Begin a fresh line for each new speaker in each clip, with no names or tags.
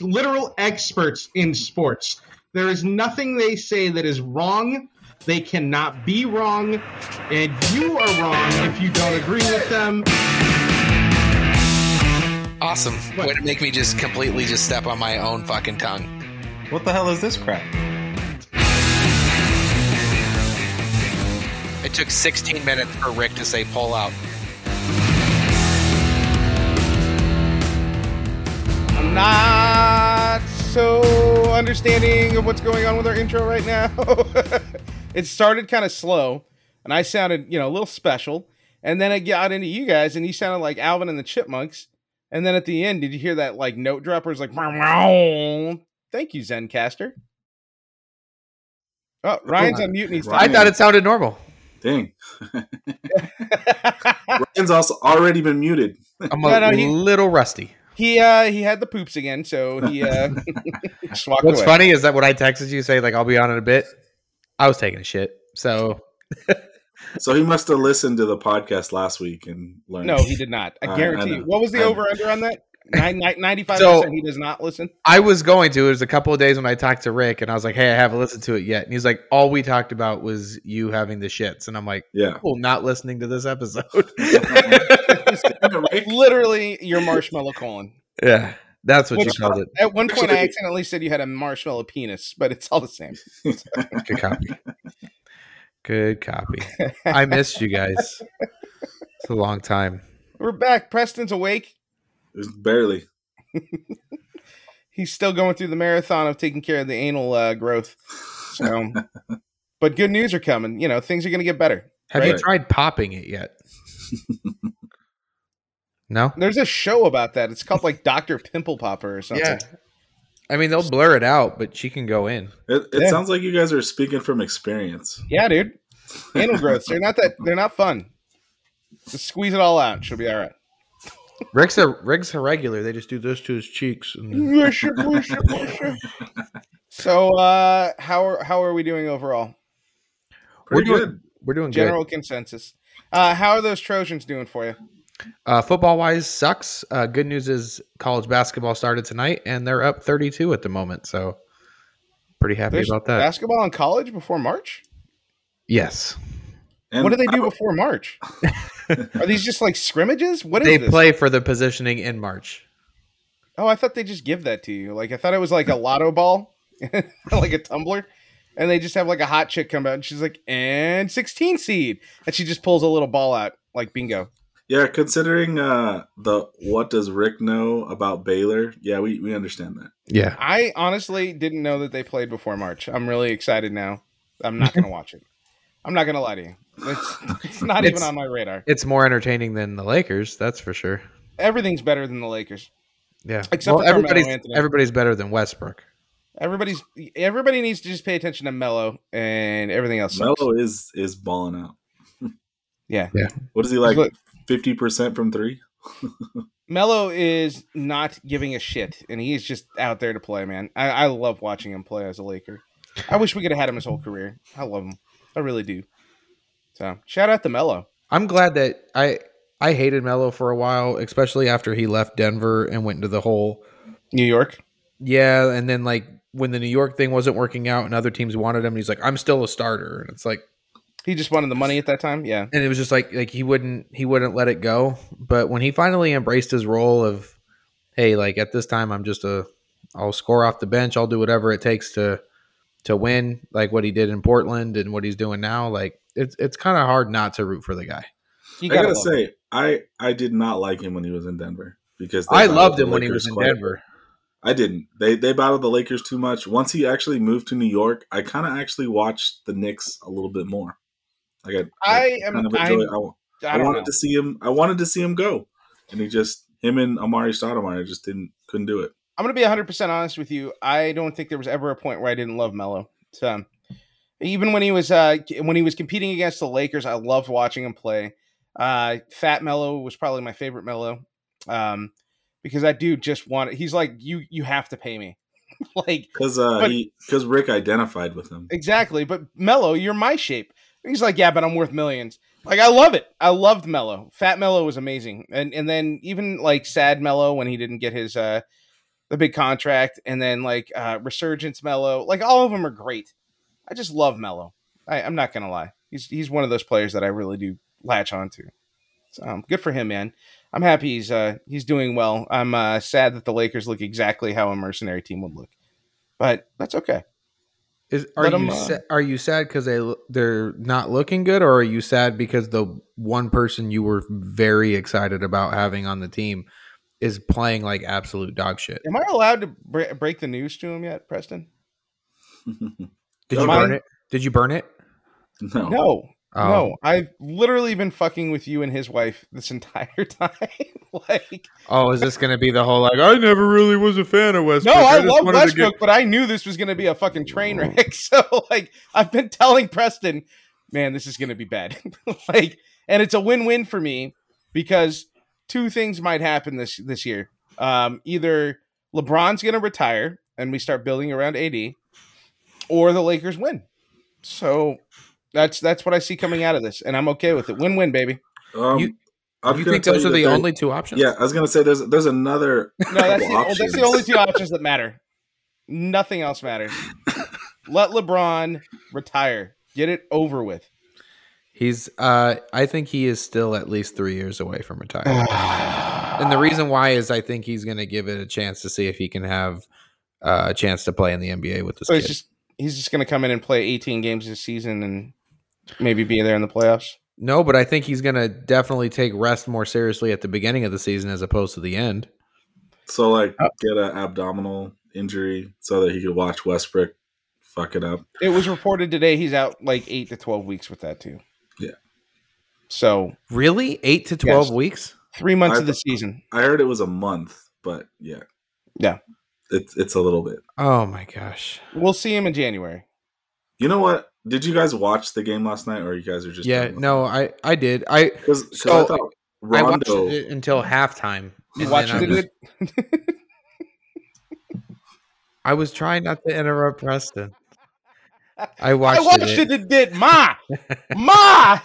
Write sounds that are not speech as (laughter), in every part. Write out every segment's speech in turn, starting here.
literal experts in sports. There is nothing they say that is wrong. They cannot be wrong, and you are wrong if you don't agree with them.
Awesome. Way to make me just completely just step on my own fucking tongue.
What the hell is this crap?
It took 16 minutes for Rick to say pull out.
I'm not so understanding of what's going on with our intro right now. (laughs) it started kind of slow, and I sounded, you know, a little special. And then it got into you guys, and you sounded like Alvin and the Chipmunks. And then at the end, did you hear that like note dropper? It's like, "Meow, meow." thank you, Zencaster. Oh, Ryan's on mute. And he's
I
talking.
thought
it sounded normal.
Dang. Ryan's also already been muted.
I'm
No, no, he-
little rusty.
he uh he had the poops again, so he uh (laughs) just walked
What's
away.
funny is that when I texted you saying like I'll be on in a bit, I was taking a shit. So
So he must have listened to the podcast last week and learned.
No, he did not. I
I- I
guarantee you.
know.
What was the
I know.
over under on that? Nine, nine, 95%
So-
he does not listen.
I was going to. It was a couple of days when I talked to Rick and I was like, Hey, I haven't listened to it yet. And he's like, All we talked about was you having the shits. And I'm like,
(laughs)
Yeah.
Cool, not listening to this episode. (laughs)
Literally your marshmallow colon.
yeah. That's what
Which-
you called it.
At one point I
Actually-
accidentally said you had a marshmallow penis, but it's all the same.
Good copy. Good copy. I missed you guys. It's a long time.
We're back. Preston's awake.
It's barely.
He's still going through the marathon of taking care of the anal uh, growth.
(laughs)
So but good news are coming. You know, things are gonna get better.
Have you
Right.
tried popping it yet? no.
There's a show about that. It's called like Dr. Pimple Popper or something.
I mean, they'll blur it out, but she can go in.
It, it
Yeah.
sounds like you guys are speaking from experience.
Yeah, dude. Anal growths. They're not that they're not fun. Just squeeze it all out. She'll be all right.
Rick's a Rick's a regular. They just do this to his cheeks.
Mm-hmm.
And
so uh how are how are we doing overall?
we're
Pretty
doing
good.
we're doing
General consensus. Uh how are those Trojans doing for you?
good. Uh, football wise sucks. Uh, good news is college basketball started tonight, and they're up thirty two at the moment. So pretty happy
There's
about that.
Basketball in college before March?
yes,
And
what do they
I-
do before
(laughs)
March? are these just like scrimmages? What is
they
this?
play for the positioning in March.
oh, I thought they just give that to you. Like I thought it was like a lotto ball, (laughs) like a tumbler. And they just have like a hot chick come out and she's like, and 16 seed. And she just pulls a little ball out, like bingo.
Yeah, considering uh, the what does Rick know about Baylor? Yeah, we, we understand that.
Yeah,
I honestly didn't know that they played before March. I'm really excited now. I'm not gonna watch it. I'm not gonna lie to you. It's, it's not
It's-
even on my radar.
it's more entertaining than the Lakers. That's for sure.
Everything's better than the Lakers.
Yeah,
Except for Carmelo
everybody's
Anthony.
everybody's better than Westbrook.
Everybody's everybody needs to just pay attention to Mello and everything else. sucks.
Melo is is balling out.
Yeah.
Yeah.
What is he like?
Look,
Fifty percent from three.
Mello is not giving a shit, and he's just out there to play, man. I, I love watching him play as a Laker. I wish we could have had him his whole career. I love him. I really do. So shout out to Mello.
I'm glad that I I hated Melo for a while, especially after he left Denver and went into the whole
New York.
yeah, and then like when the New York thing wasn't working out and other teams wanted him, he's like, I'm still a starter. And it's like
He just wanted the money at that time. Yeah.
and it was just like like he wouldn't he wouldn't let it go. But when he finally embraced his role of hey, like at this time I'm just a I'll score off the bench, I'll do whatever it takes to to win, like what he did in Portland and what he's doing now, like it's it's kind of hard not to root for the guy.
You
I
gotta
gotta
love
say, I I did not like him when he was in Denver because they
I
battled
loved
the
him when he
Lakers
was in
quite-
Denver.
I didn't. They they battled the Lakers too much. Once he actually moved to New York, I kind of actually watched the Knicks a little bit more. Like I,
I am-
kind of
I'm-
enjoy. I,
it. I
I
don't
wanted
know.
to see him. I wanted to see him go, and he just him and Amari Stoudemire just didn't couldn't do it.
I'm gonna be 100 percent honest with you. I don't think there was ever a point where I didn't love Melo. So even when he was uh, when he was competing against the Lakers, I loved watching him play. Uh, Fat Mello was probably my favorite Mello um, because that dude just wanted. He's like, you you have to pay me, (laughs) like
Because uh,
But-
he because Rick identified with him.
(laughs) exactly. But Mello, you're my shape. He's like, yeah, but I'm worth millions. Like I love it. I loved Mello. Fat Mello was amazing, and and then even like sad Mello when he didn't get his uh, the big contract, and then like uh, Resurgence Mello. Like all of them are great. I just love Mello. I, I'm not gonna lie. He's he's one of those players that I really do latch onto. So, um, good for him, man. I'm happy he's uh, he's doing well. I'm uh, sad that the Lakers look exactly how a mercenary team would look, but that's okay.
Is are
Let
you
'em, uh,
sa- are you sad because they l- they're not looking good, or are you sad because the one person you were very excited about having on the team is playing like absolute dog shit?
Am I allowed to bre- break the news to him yet, Preston?
Did you
Mine-
burn it? Did you burn it?
(laughs) no.
No,
Oh.
no. I've literally been fucking with you and his wife this (laughs) entire time. like,
Oh, is this going to be the whole like I never really was a fan of
no,
Westbrook?
I
just
love
wanted to Oh.
Westbrook, but I knew this was going to be a fucking train wreck. (laughs) So, like, I've been telling Preston, man, this is going to be bad. (laughs) like, and it's a win-win for me because two things might happen this this year. Um, either LeBron's going to retire and we start building around AD, or the Lakers win. So. That's that's what I see coming out of this, and I'm okay with it. Win win, baby.
Um,
You-
I was
You
gonna
think
tell
those
you
are
that
the
they-
only two options?
Yeah, I was gonna say there's there's another.
No, that's
couple
the, well, that's the
options.
only two options that matter. Nothing else matters. Let LeBron retire. Get it over
(sighs)
with.
He's uh I think he is still at least 3 years away from retirement.
Oh.
and the reason why is I think he's going to give it a chance to see if he can have uh, a chance to play in the NBA with this
So
kid.
he's just he's just gonna come in and play 18 games this season and maybe be there in the playoffs.
no, but I think he's going to definitely take rest more seriously at the beginning of the season as opposed to the end.
So like
Oh.
get an abdominal injury so that he could watch Westbrook fuck it up.
It was reported today he's out like eight to 12 weeks with that too.
Yeah.
So
Really? 8 to 12
Yes.
weeks?
three months
I-
of the season.
I heard it was a month, but yeah,
Yeah.
it's it's a little bit.
Oh my gosh.
We'll see him in January.
You know what? Did you guys watch the game last night, or you guys are just
yeah, no, I I did. I
Because
So,
I thought
I watched
Rondo.
it until halftime.
You
and
watched
then I
it.
was- I was trying not to interrupt Preston. I
(laughs)
watched,
I watched it.
it.
It did ma
(laughs)
ma.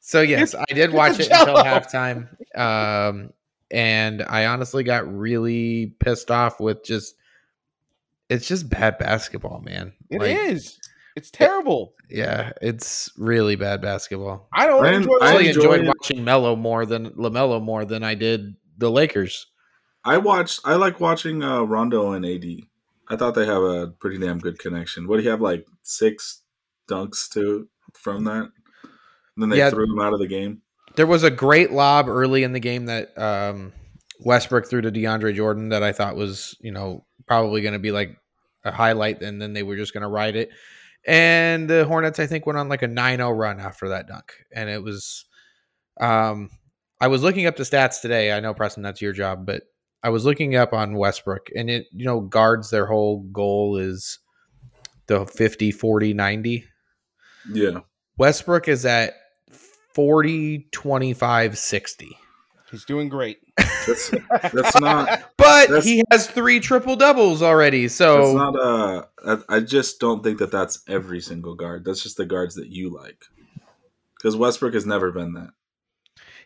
So
(laughs)
yes, I did watch it until
Jello.
halftime, um, and I honestly got really pissed off with just it's just bad basketball, man.
It is.
Like,
It's terrible.
Yeah, it's really bad basketball.
I don't
Brand-
enjoy.
I
I
really enjoyed
enjoyed-
watching Melo more than Lamelo more than I did the Lakers.
I watched. I like watching uh, Rondo and AD. I thought they have a pretty damn good connection. What do you have like six dunks to from that? And then they
Yeah.
threw him out of the game.
There was a great lob early in the game that um, Westbrook threw to DeAndre Jordan that I thought was, you know, probably going to be like a highlight, and then they were just going to ride it. And the Hornets, I think, went on like a 9 0 run after that dunk. And it was, um, I was looking up the stats today. I know, Preston, that's your job, but I was looking up on Westbrook, and it, you know, guards, their whole goal is the 50, 40, 90.
Yeah,
Westbrook is at 40, 25, 60.
He's doing great.
that's that's not
But
That's-
he has three triple doubles already.
that's
So
not uh I, I just don't think that that's every single guard. That's just the guards that you like. Because Westbrook has never been that.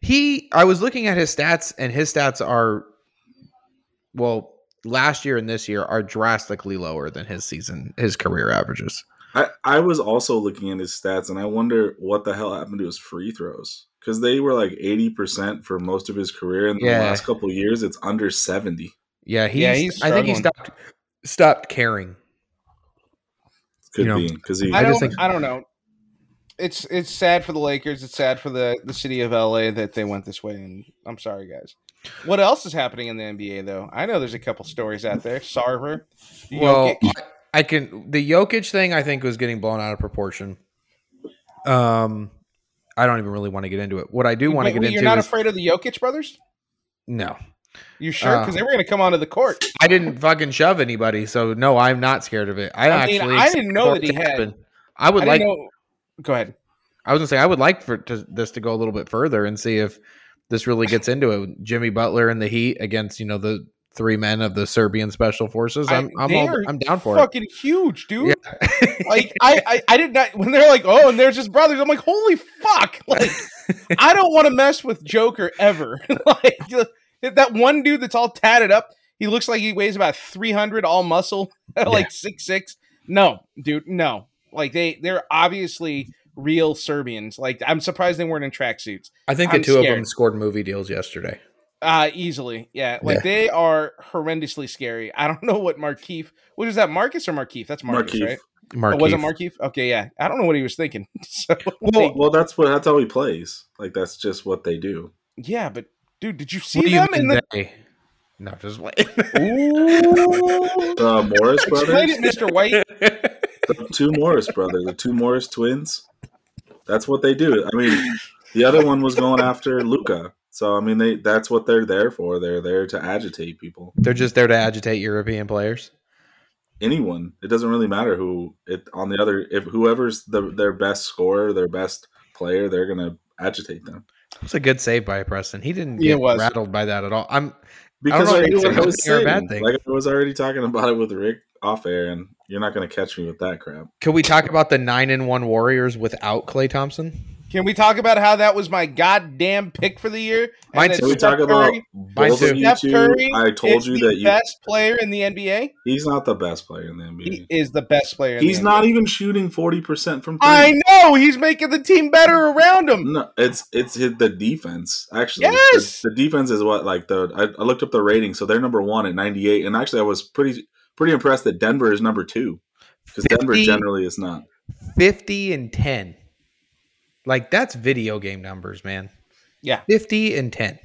he, I was looking at his stats, and his stats are, well, last year and this year are drastically lower than his season, his career averages.
I, I was also looking at his stats and I wonder what the hell happened to his free throws. Because they were like 80% for most of his career. And
Yeah.
the last couple of years, it's under 70.
Yeah, he's,
Yeah, he's
I think he
struggling.
stopped stopped caring.
Could
You know,
be. Because he.
I,
just
don't.
think-
I don't know. It's it's sad for the Lakers. It's sad for the the city of LA that they went this way. And I'm sorry, guys. What else is happening in the NBA though? I know there's a couple stories out there. Sarver.
Well,
Jokic.
I, I can the Jokic thing I think was getting blown out of proportion. Um I don't even really want to get into it. What I do want to
Wait,
get
wait,
into
You're not
is
afraid of the Jokic brothers?
no.
You sure? Because
Uh,
they were going to come onto the court.
I didn't fucking shove anybody, so no, I'm not scared of it. I,
I mean,
actually
I didn't know that he
it
had-
happened. I
I
would
didn't
like
know. Go ahead.
I was gonna say I would like for to, this to go a little bit further and see if this really gets into it. Jimmy Butler and the Heat against you know the three men of the Serbian Special Forces. I'm I,
I-
am
they
i
are
am I'm down for
fucking huge, dude.
it. (laughs)
like I, I i did not when they're like oh and there's his brothers i'm like holy
(laughs)
fuck like (laughs) uh, i don't want to mess with joker ever like that one dude that's all tatted up He looks like he weighs about 300, all muscle, (laughs) like six six. No, dude, no. Like they they're obviously real Serbians. Like I'm surprised they weren't in tracksuits.
I think the
I'm
two of them
scared.
scored movie deals yesterday.
Uh easily. Yeah. Like
Yeah.
they are horrendously scary. I don't (laughs) know what Markeef what is that, Marcus or Markeef? That's Marcus,
Markeef.
right?
Mark
Oh, was it Markeef? Okay, yeah. I don't know what he was thinking. (laughs) So
Well, well, that's what that's how he plays. Like that's just what they do.
yeah, but dude, did you see
What do you
them in
mean
the
they? No, just wait.
(laughs) Ooh.
The Morris
Explain
brothers,
it, Mr. White.
the two Morris brothers, the two Morris twins. That's what they do. I mean, the other one was going after Luca. So I mean, they that's what they're there for. They're there to agitate people.
They're just there to agitate European players.
Anyone. It doesn't really matter who. It on the other. If whoever's the, their best scorer, their best player, they're gonna agitate them.
It was a good save by Preston. He didn't
Yeah, it
get
was.
rattled by that at all. I'm
Because
know
I,
if
knew
it's a
what I
good
was
thing or a
saying.
bad thing.
Like I was already talking about it with Rick off air, and you're not gonna catch me with that crap.
Could we talk about the nine and one Warriors without Clay Thompson?
Can we talk about how that was my goddamn pick for the year?
Mine
it's
too.
Can we talk
Steph
about
Curry.
both
too.
of you
Steph
two?
Curry
I told
is
you
the
that you
best player in the NBA.
He's not the best player in the
He
NBA.
is the best player. In
Mm. he's
the
not
NBA.
even shooting forty percent from three.
I know he's making the team better around him.
No, it's it's hit the defense actually.
Yes!
the, the defense is what like the I, I looked up the rating, so they're number one at ninety eight, and actually I was pretty pretty impressed that Denver is number two because Denver
50.
generally is not.
Fifty and ten. Like that's video game numbers, man.
Yeah.
Fifty and ten.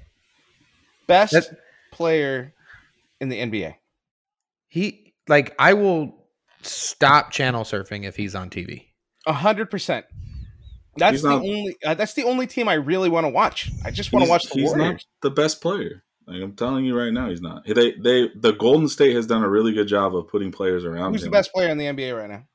Best
That's-
player in the NBA.
He like I will stop channel surfing if he's on TV.
A hundred percent. That's
He's
the
not-
only. Uh, that's the only team I really want to watch. I just want
He's-
to watch the
he's
Warriors.
not the best player. Like I'm telling you right now, he's not. They they the Golden State has done a really good job of putting players around
Who's
him.
the best player in the NBA right now?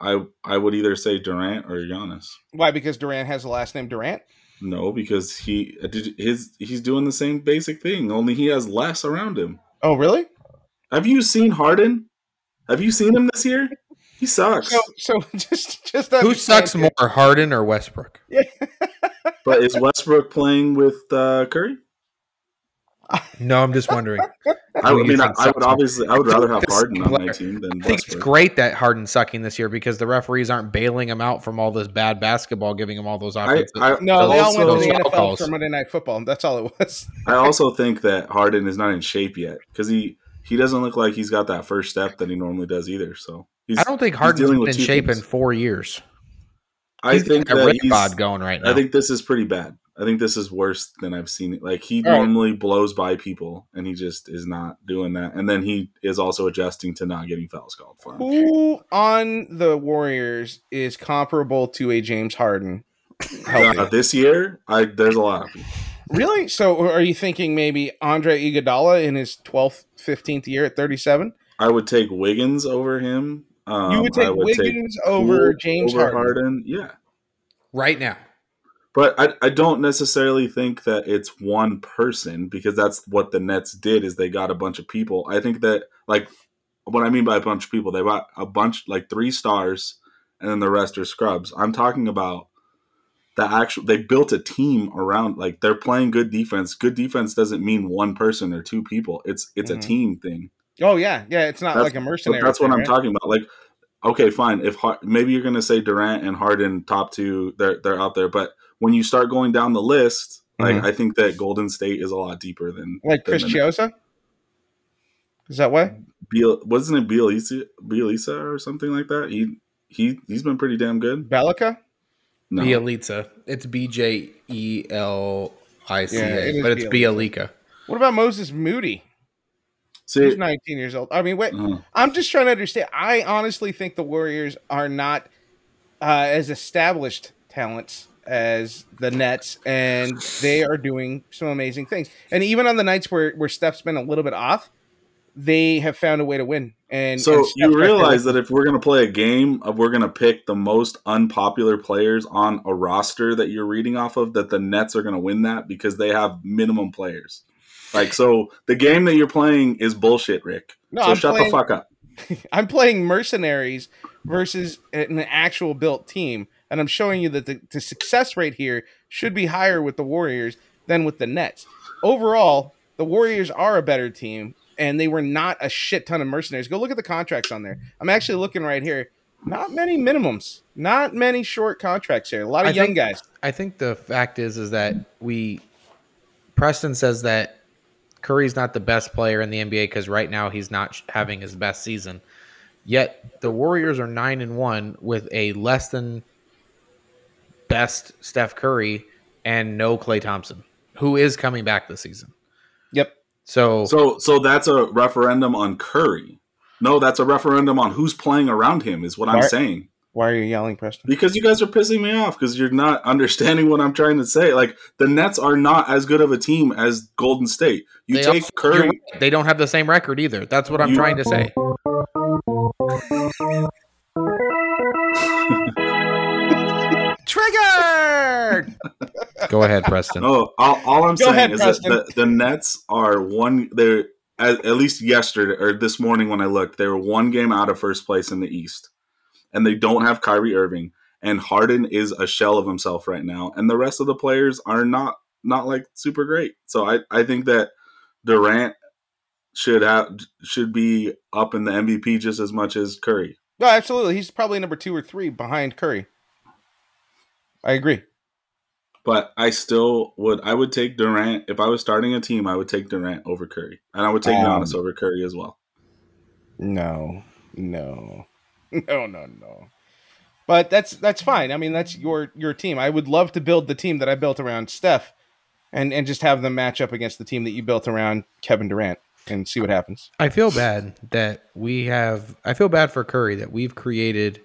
I I would either say Durant or Giannis.
Why? Because Durant has the last name Durant.
No, because he did his he's doing the same basic thing, only he has less around him.
Oh, really?
Have you seen Harden? Have you seen him this year? He sucks.
So, so (laughs) just just
Who
understand
sucks
here.
more, Harden or Westbrook?
But is Westbrook playing with uh, Curry?
No, I'm just wondering.
I,
Who
would- I
you
mean, I,
think
I would
sucks more?
obviously, I would rather have
It's
Harden on my
player.
team than
I think it's
Westbrook.
great that Harden's sucking this year because the referees aren't bailing him out from all this bad basketball, giving him all those
I,
offensive.
I,
No, they all went
those
to the
also,
foul
NFL
calls.
for Monday Night Football. and That's all it was.
I also think that Harden is not in shape yet because he he doesn't look like he's got that first step that he normally does either. So he's,
I don't think
he's
Harden's
dealing
been
with
in
two
shape in
things.
four years.
I think
got a
that
rip
he's,
bod going right now.
I think this is pretty bad. I think this is worse than I've seen it. Like he
All right.
normally blows by people, and he just is not doing that. And then he is also adjusting to not getting fouls called for him.
Who on the Warriors is comparable to a James Harden?
Uh, this year, I there's a lot. Of people.
Really? So are you thinking maybe Andre Iguodala in his 12th, 15th year at 37?
I would take Wiggins over him. Um,
you would
I
take
take
Wiggins over
Poole
James
over
Harden.
Yeah,
right now.
but I, I don't necessarily think that it's one person because that's what the Nets did is they got a bunch of people. I think that like what I mean by a bunch of people, they bought a bunch like three stars, and then the rest are scrubs. I'm talking about the actual. They built a team around like they're playing good defense. Good defense doesn't mean one person or two people. It's it's
Mhm.
a team thing.
Oh, yeah. Yeah. It's not
That's-
like a
But
mercenary.
that's what
thing,
I'm
right?
talking about. Like, okay, fine. If Har- maybe you're gonna say Durant and Harden top two, they're they're out there. But when you start going down the list, like
Mm-hmm.
I think that Golden State is a lot deeper than
Like
than
Chris
the-
Chiosa? Is that what?
Mm. Beal wasn't it Bielisa, Bielisa or something like that? He he he's been pretty damn good.
Belica?
No,
Bielica. It's B J E L I C
Yeah, it
A,
is
but it's
Bjelica.
Bielica.
What about Moses Moody?
see,
He's 19 years old. I mean, wait.
uh,
I'm just trying to understand. I honestly think the Warriors are not uh, as established talents as the Nets, and they are doing some amazing things. And even on the nights where, where Steph's been a little bit off, they have found a way to win. And
so
and Steph's right
you
there
realize
with-
that if we're gonna play a game, of we're gonna pick the most unpopular players on a roster that you're reading off of. That the Nets are gonna win that because they have minimum players. Like so, the game that you're playing is bullshit, Rick.
No,
so
I'm
shut
playing-
the fuck up.
I'm playing mercenaries versus an actual built team, and I'm showing you that the, the success rate here should be higher with the Warriors than with the Nets. Overall, the Warriors are a better team. and they were not a shit ton of mercenaries. Go look at the contracts on there. I'm actually looking right here. Not many minimums. Not many short contracts here. A lot of
I
young
think-
guys.
I think the fact is is that we Preston says that Curry's not the best player in the NBA because right now he's not sh- having his best season. Yet the Warriors are nine and one with a less than best Steph Curry and no Clay Thompson, who is coming back this season.
Yep.
So,
So so that's a referendum on Curry. No, that's a referendum on who's playing around him is what I'm
Right.
saying.
Why are you yelling, Preston?
Because you guys are pissing me off because you're not (laughs) understanding what I'm trying to say. Like the Nets are not as good of a team as Golden State. You
They
take
also-
Curry.
you're right, they don't have the same record either. That's what I'm
You-
trying to say.
Triggered. (laughs)
Go ahead, Preston.
No, Oh, all, all I'm
Go
saying
ahead,
is
Preston.
that the, the Nets are one. They're at, at least yesterday or this morning when I looked, they were one game out of first place in the East, and they don't have Kyrie Irving. And Harden is a shell of himself right now, and the rest of the players are not not like super great. So I I think that Durant should have should be up in the MVP just as much as Curry.
No, absolutely. He's probably number two or three behind Curry. I agree.
But I still would I would take Durant if I was starting a team. I would take Durant over Curry, and I would take
Um,
Giannis over Curry as well.
No, no, (laughs) no, no, no. But that's that's fine. I mean, that's your your team. I would love to build the team that I built around Steph, and and just have them match up against the team that you built around Kevin Durant, and see what happens.
(laughs) I feel bad that we have. I feel bad for Curry that we've created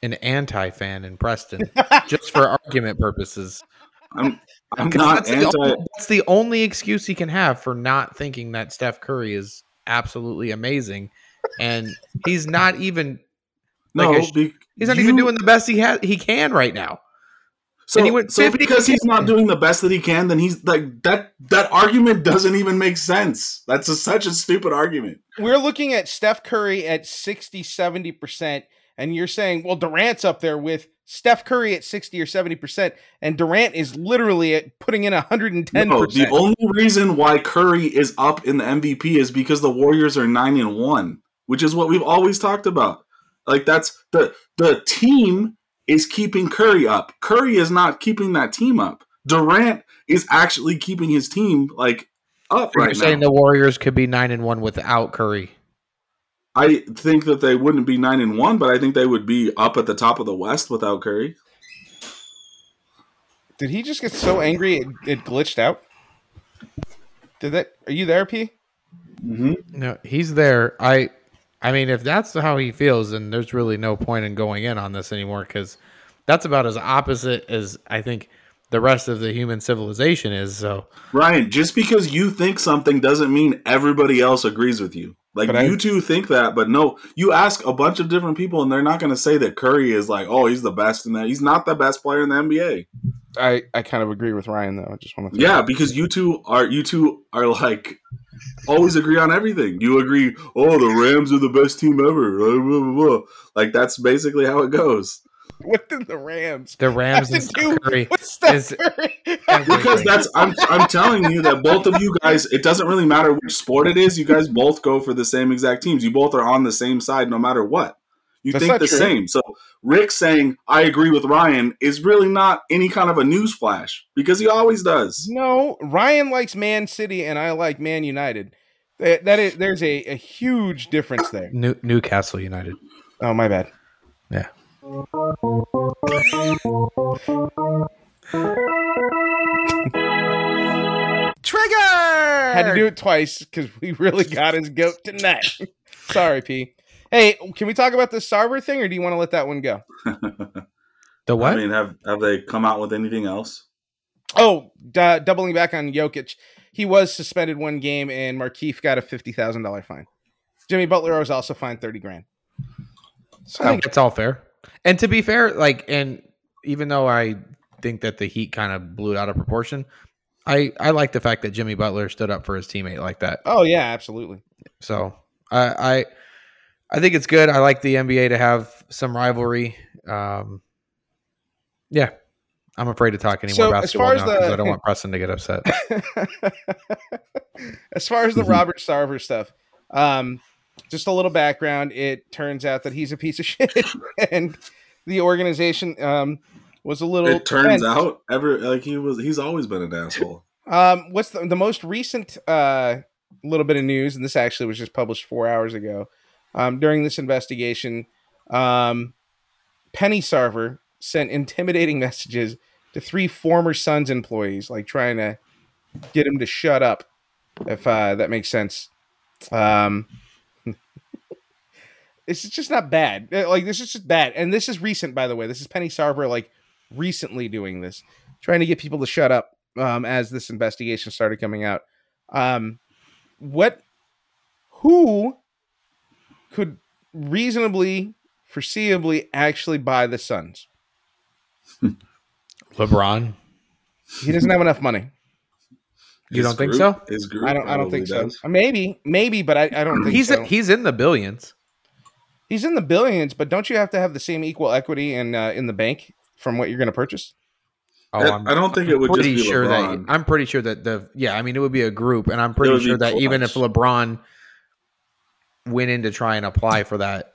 an anti fan in (laughs) Preston just for argument purposes. (laughs)
I'm I'm
'Cause
not
that's, the
anti.
only, that's the only excuse he can have for not thinking that Steph Curry is absolutely amazing, and he's not even
No,
like a sh-
be-
he's not
you-
even doing the best he has he can right now.
So,
and he went
so
50
because he's not doing the best that he can, then he's like that. That argument doesn't even make sense. That's a, such a stupid argument.
We're looking at Steph Curry at 60, 70 percent, and you're saying, well, Durant's up there with Steph Curry at sixty or seventy percent, and Durant is literally at putting in hundred and ten
No, the
percent.
only reason why Curry is up in the MVP is because the Warriors are nine and one, which is what we've always talked about. Like that's the the team is keeping Curry up. Curry is not keeping that team up. Durant is actually keeping his team like up
You're
right now.
saying the Warriors could be nine and one without Curry.
I think that they wouldn't be nine and one, but I think they would be up at the top of the West without Curry.
Did he just get so angry it, it glitched out? Did that? Are you there, P?
Mm-hmm.
No, he's there. I I mean, if that's how he feels, then there's really no point in going in on this anymore because that's about as opposite as I think the rest of the human civilization is. So
Ryan, just because you think something doesn't mean everybody else agrees with you. Like
But I-
you two think that, but no, you ask a bunch of different people, and they're not going to say that Curry is like, oh, he's the best in that. He's not the best player in the NBA.
I I kind of agree with Ryan though. I just want to.
Yeah, because you two are you two are like always agree on everything. You agree, oh, the Rams are the best team ever. blah, blah, blah, blah. Like that's basically how it goes.
(laughs) What did the Rams?
the Rams and
Has to do
Steph Curry.
with Steph
is-
Curry?
(laughs) because that's I'm I'm telling you that both of you guys it doesn't really matter which sport it is you guys both go for the same exact teams you both are on the same side no matter what you
That's
think
not
the
true.
same so Rick saying I agree with Ryan is really not any kind of a news flash because he always does
(laughs) no, Ryan likes Man City and I like Man United. That, that is, there's a, a huge difference there.
New, Newcastle United.
Oh my bad.
Yeah.
Trigger. Had to do it twice because we really got his goat tonight. (laughs) Sorry, P. Hey, can we talk about the Sarver thing, or do you want to let that one go?
The what?
I mean have have they come out with anything else
Oh, d- doubling back on Jokic, he was suspended one game, and Markeef got a fifty thousand dollar fine. Jimmy Butler was also fined thirty grand. So
I think that's all fair. And to be fair, like, and even though I think that the Heat kind of blew it out of proportion, I I like the fact that Jimmy Butler stood up for his teammate like that.
oh yeah, absolutely. (laughs)
So I I I think it's good. I like the NBA to have some rivalry. Um, yeah, I'm afraid to talk any
So,
more
as far
basketball
as
now because
the-
I don't want Preston to get
(laughs)
upset.
as far as the
Mhm.
Robert Sarver stuff, um, just a little background. It turns out that he's a piece of (laughs) shit, and the organization um, was a little.
It turns
tense.
out ever like he was he's always been an asshole.
Um, what's the, the most recent uh, little bit of news? And this actually was just published four hours ago. Um, during this investigation, um, Penny Sarver sent intimidating (laughs) messages to three former Suns employees, like trying to get him to shut up, if uh, that makes sense. Um, (laughs) it's just not bad. Uh, Like, this is just bad. And this is recent, by the way. This is Penny Sarver, like, recently doing this, trying to get people to shut up um, as this investigation started coming out. Um, what, who could reasonably, foreseeably actually buy the Suns?
LeBron,
He doesn't have enough money.
(laughs) you
His
don't think
group-
so?
His group
I don't. I don't
probably
think so.
does.
Maybe, maybe, but I, I don't think
He's
so.
he's in the billions.
He's in the billions, but don't you have to have the same equal equity in uh, in the bank from what you're going to purchase?
Oh,
That- I don't think it would just
pretty
be
sure
LeBron.
that I'm pretty sure that the yeah, I mean it would be a group, and I'm
It
pretty
would be
sure that even if
close.
LeBron went in to try and apply for that,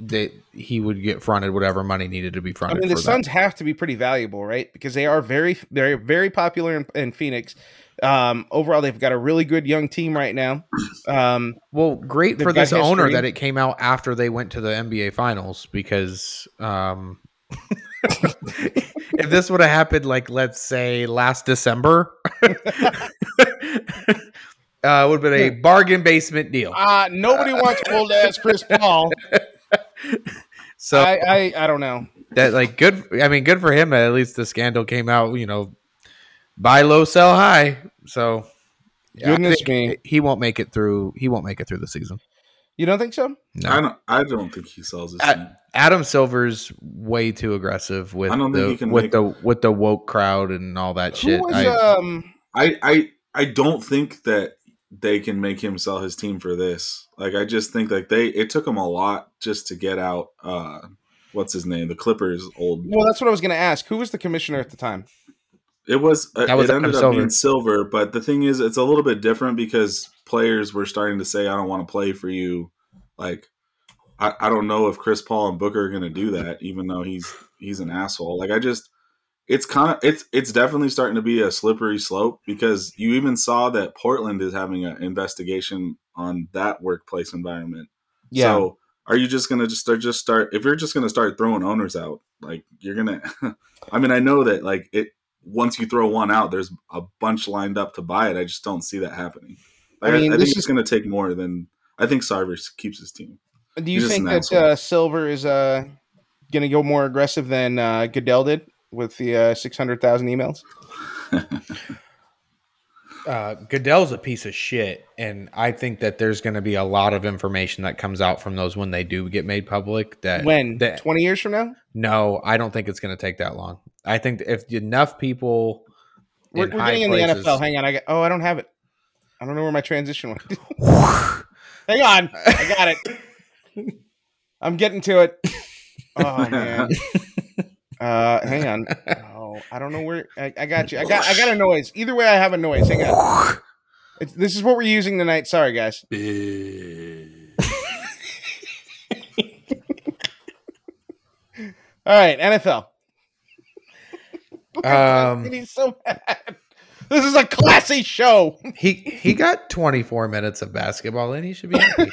that he would get fronted whatever money needed to be
I
fronted.
mean, the
for that.
Suns have to be pretty valuable, right? Because they are very, very, very popular in, in Phoenix. Um, overall, they've got a really good young team right now. Um,
Well, great
They've
for
got
this owner
history.
that it came out after they went to the NBA Finals because um, (laughs) if this would have happened, like let's say last December, (laughs) uh, it would have been a bargain basement deal.
Uh, nobody wants old ass
(laughs)
Chris Paul.
So
I, I, I don't know.
that like good. I mean, good for him. At least the scandal came out. You know, buy low, sell high. So yeah, I
Goodness
think
me.
he won't make it through. He won't make it through the season.
You don't think so?
No.
I don't. I don't think he sells his
I-
team.
Adam Silver's way too aggressive with
I don't think he
the
can
with
make
the with the woke crowd and all that shit.
Who was
I,
um?
I, I I don't think that they can make him sell his team for this. Like I just think like they it took him a lot just to get out uh what's his name? The Clippers old
Well, that's what I was going to ask. Who was the commissioner at the time?
it was, uh,
That was
it ended
Adam
up
Silver.
being silver, but the thing is it's a little bit different because players were starting to say I don't want to play for you. Like I, I don't know if Chris Paul and Booker are gonna do that, even though he's he's an asshole. Like I just it's kind of it's it's definitely starting to be a slippery slope because you even saw that Portland is having an investigation on that workplace environment. So are you just gonna just start just start if you're just gonna start throwing owners out, like you're gonna (laughs) I mean I know that like it once you throw one out, there's a bunch lined up to buy it. I just don't see that happening.
I
Like, I
mean,
I
this
think it's
is-
gonna take more than I think Sarver keeps his team.
Do you
He's just
think
an
that
asshole.
uh, Silver is uh going to go more aggressive than uh, Goodell did with the uh, six hundred thousand emails?
uh, Goodell's a piece of shit, and I think that there's going to be a lot of information that comes out from those when they do get made public. That
When
that,
twenty years from now?
no, I don't think it's going to take that long. I think if enough people,
We're,
in
we're
high
getting in the (laughs)
places-
NFL. Hang on, I got. Oh, I don't have it. I don't know where my transition went. Hang on, I got it. I'm getting to it. Oh man. Uh, hang on. Oh, I don't know where. I, I got you. I got. I got a noise. Either way, I have a noise. Hang on. It's, this is what we're using tonight. Sorry, guys. (laughs) All right, NFL.
um,
And he's so mad. This is a classy show.
he he got 24 minutes of basketball and he should be happy.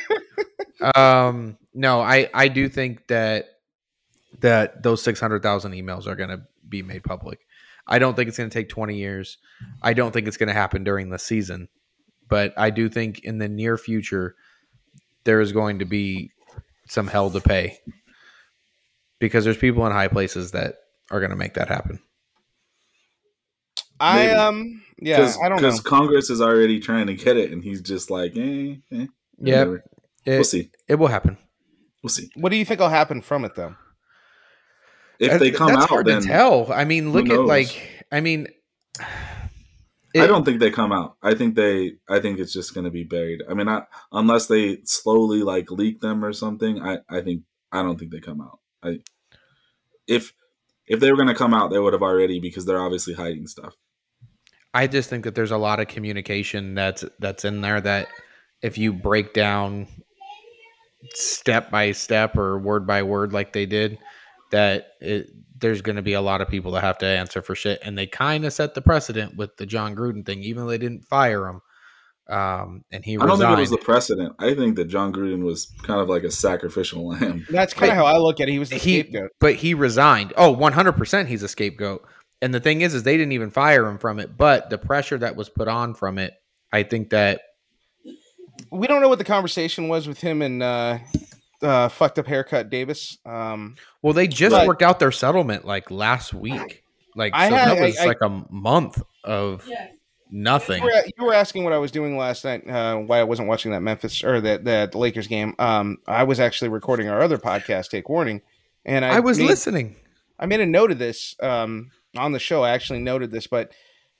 um no i i do think that that those 600000 emails are going to be made public i don't think it's going to take 20 years i don't think it's going to happen during the season but i do think in the near future there is going to be some hell to pay because there's people in high places that are going to make that happen
I
Maybe.
um. Yeah, I don't know.
Because Congress is already trying to get it, and he's just like, eh, eh,
yeah
whatever. We'll
it,
see.
it will happen
We'll see.
What do you think will happen from it though?
If
That-
they come
that's
out,
hard
then
to tell. I mean,
who
look at
knows?
like, I mean,
I
it-
don't think they come out. I think they. I think it's just going to be buried. I mean, I, unless they slowly like leak them or something. I. I think. I don't think they come out. I. If If they were going to come out, they would have already because they're obviously hiding stuff.
I just think that there's a lot of communication that's that's in there that if you break down step by step or word by word like they did, that it, there's going to be a lot of people that have to answer for shit. And they kind of set the precedent with the John Gruden thing, even though they didn't fire him. Um, and he
I don't think it
resigned.
was the precedent. I think that John Gruden was kind of like a sacrificial lamb.
That's kind of how I look at it. He was the
he
scapegoat.
but he resigned. Oh, 100% he's a scapegoat. And the thing is is they didn't even fire him from it, but the pressure that was put on from it, I think that
We don't know what the conversation was with him and uh, uh, fucked up haircut Davis. Um,
well they just
Right.
worked out their settlement like last week. Like
I
so
had-
that was
I- I-
like a month of nothing.
you, were, you were asking what I was doing last night, uh, why I wasn't watching that Memphis or that that Lakers game. Um, I was actually recording our other podcast, Take Warning, and I,
I was
made-
listening.
I made a note of this um, on the show. I actually noted this, but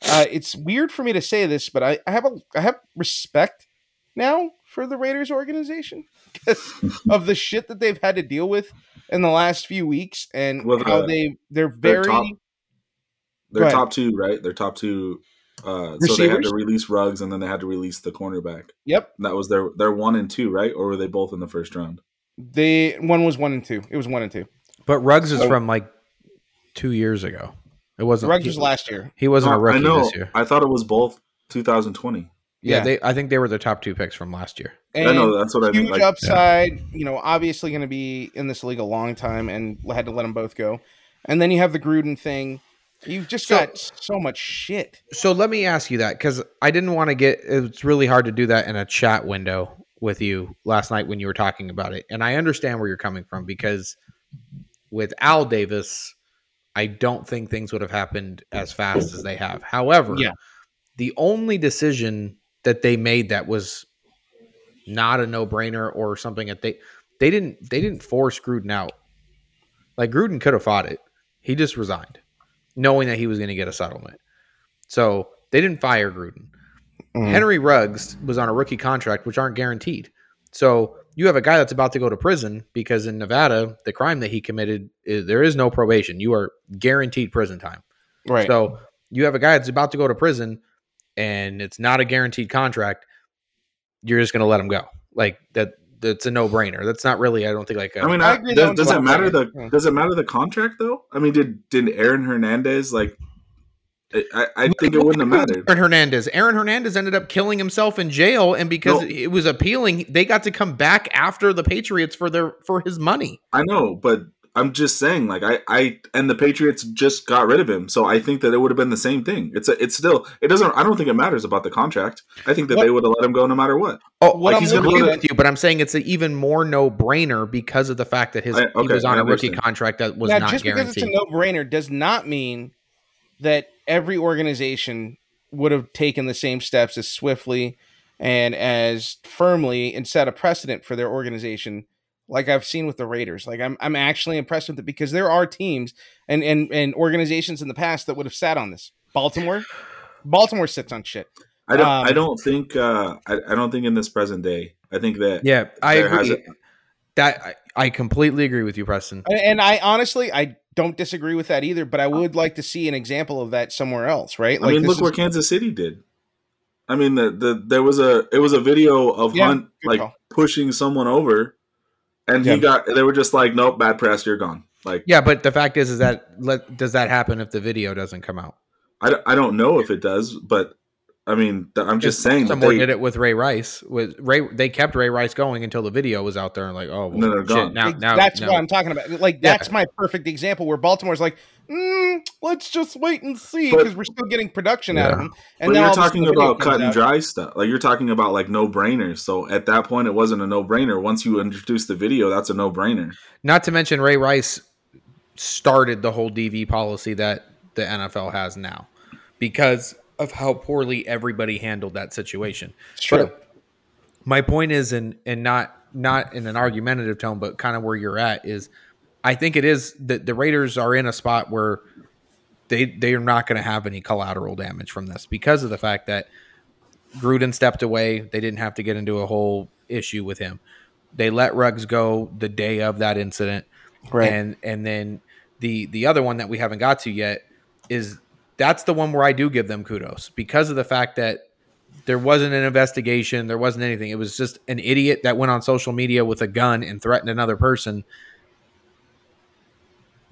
uh, it's weird for me to say this, but I, I have a I have respect now for the Raiders organization
(laughs)
because of the shit that they've had to deal with in the last few weeks and
Well,
how
uh,
they they're very
their top- They're
Right.
top two, right? They're top two. Uh, so they had
Receivers?
to release Rugs, and then they had to release the cornerback.
yep
That was their their one and two, right? Or were they both in the first round?
they one was one and two it was one and two
But Ruggs is
Oh.
from like 2 years ago. It wasn't
Ruggs
he,
was last year
he wasn't a
Uh,
rookie
I know.
this year.
I thought it was both 2020.
Yeah,
Yeah.
they I think they were the top 2 picks from last year.
and
I know that's what I mean.
huge
Like,
upside you know obviously going to be in this league a long time and had to let them both go and then you have the Gruden thing you've just
So-
got so much shit
So let me ask you that because I didn't want to get. It's really hard to do that in a chat window with you last night when you were talking about it, and I understand where you're coming from because with Al Davis, I don't think things would have happened as fast as they have. However,
Yeah.
the only decision that they made that was not a no brainer or something that they they didn't they didn't force Gruden out. Like Gruden could have fought it. He just resigned, knowing that he was going to get a settlement. So they didn't fire Gruden.
Hmm.
Henry Ruggs was on a rookie contract, which aren't guaranteed. So you have a guy that's about to go to prison because in Nevada, the crime that he committed, eh, there is no probation. You are guaranteed prison time.
right
So you have a guy that's about to go to prison and it's not a guaranteed contract. You're just going to let him go. Like that, that's a no brainer. That's not really, I don't think, like, a,
I mean,
I
I
agree that
does,
one's
does
a
it
lot
matter the
better. Yeah.
does it matter the contract though? I mean, did did Aaron Hernandez like? I- I, I think it wouldn't have mattered.
Aaron Hernandez. Aaron Hernandez ended up killing himself in jail, and because
No.
it was appealing, they got to come back after the Patriots for their for his money.
I know, but I'm just saying, like I, I and the Patriots just got rid of him, so I think that it would have been the same thing. It's a, it's still it doesn't. I don't think it matters about the contract. I think that they would have let him go no matter what.
Oh,
What
like
I'm
he's going to
looking
be
at-
with you, but I'm saying it's an even more no brainer because of the fact that his
I-
he
okay,
was on
I
a rookie
understand.
contract that was
now,
not
just
guaranteed.
because it's a no-brainer does not mean that every organization would have taken the same steps as swiftly and as firmly and set a precedent for their organization like I've seen with the Raiders. Like I'm I'm actually impressed with it because there are teams and and and organizations in the past that would have sat on this. Baltimore Baltimore sits on shit.
I don't.
Um,
I don't think. Uh, I, I don't think in this present day. I think that.
yeah, I
There has
agree. That I, I completely agree with you, Preston.
And, and I honestly I don't disagree with that either, but I would like to see an example of that somewhere else, right?
I mean,
this
look
is-
what Kansas City did. I mean, the, the there was a it was a video of
Yeah,
Hunt
good
like
call.
pushing someone over, and
Yeah.
he got. They were just like, nope, bad press, you're gone. Like
Yeah, but the fact is, is that let, does that happen if the video doesn't come out?
I, don't- I don't know if it does, but I mean, th- I'm just saying that
someone
they,
did it with Ray Rice. With Ray, they kept Ray Rice going until the video was out there, and like, oh, well,
No, no,
shit,
gone.
now,
Ex-
now
that's
now-
what I'm talking about. Like
Yeah.
that's my perfect example where Baltimore's like, mm, let's just wait and see
But-
because we're still getting production out of
Yeah.
them.
But
now
you're
all of a
talking
sudden the
about
video comes
cut and
out.
dry stuff. Like you're talking about like no brainers. So at that point, it wasn't a no brainer. Once you introduce the video, that's a no brainer.
Not to mention Ray Rice started the whole DV policy that the NFL has now because of how poorly everybody handled that situation.
Sure.
But my point is, and and not not in an argumentative tone, but kind of where you're at is, I think it is that the Raiders are in a spot where they they are not going to have any collateral damage from this because of the fact that Gruden stepped away. They didn't have to get into a whole issue with him. They let Ruggs go the day of that incident,
Right.
and and then the the other one that we haven't got to yet is that's the one where I do give them kudos because of the fact that there wasn't an investigation, there wasn't anything. It was just an idiot that went on social media with a gun and threatened another person.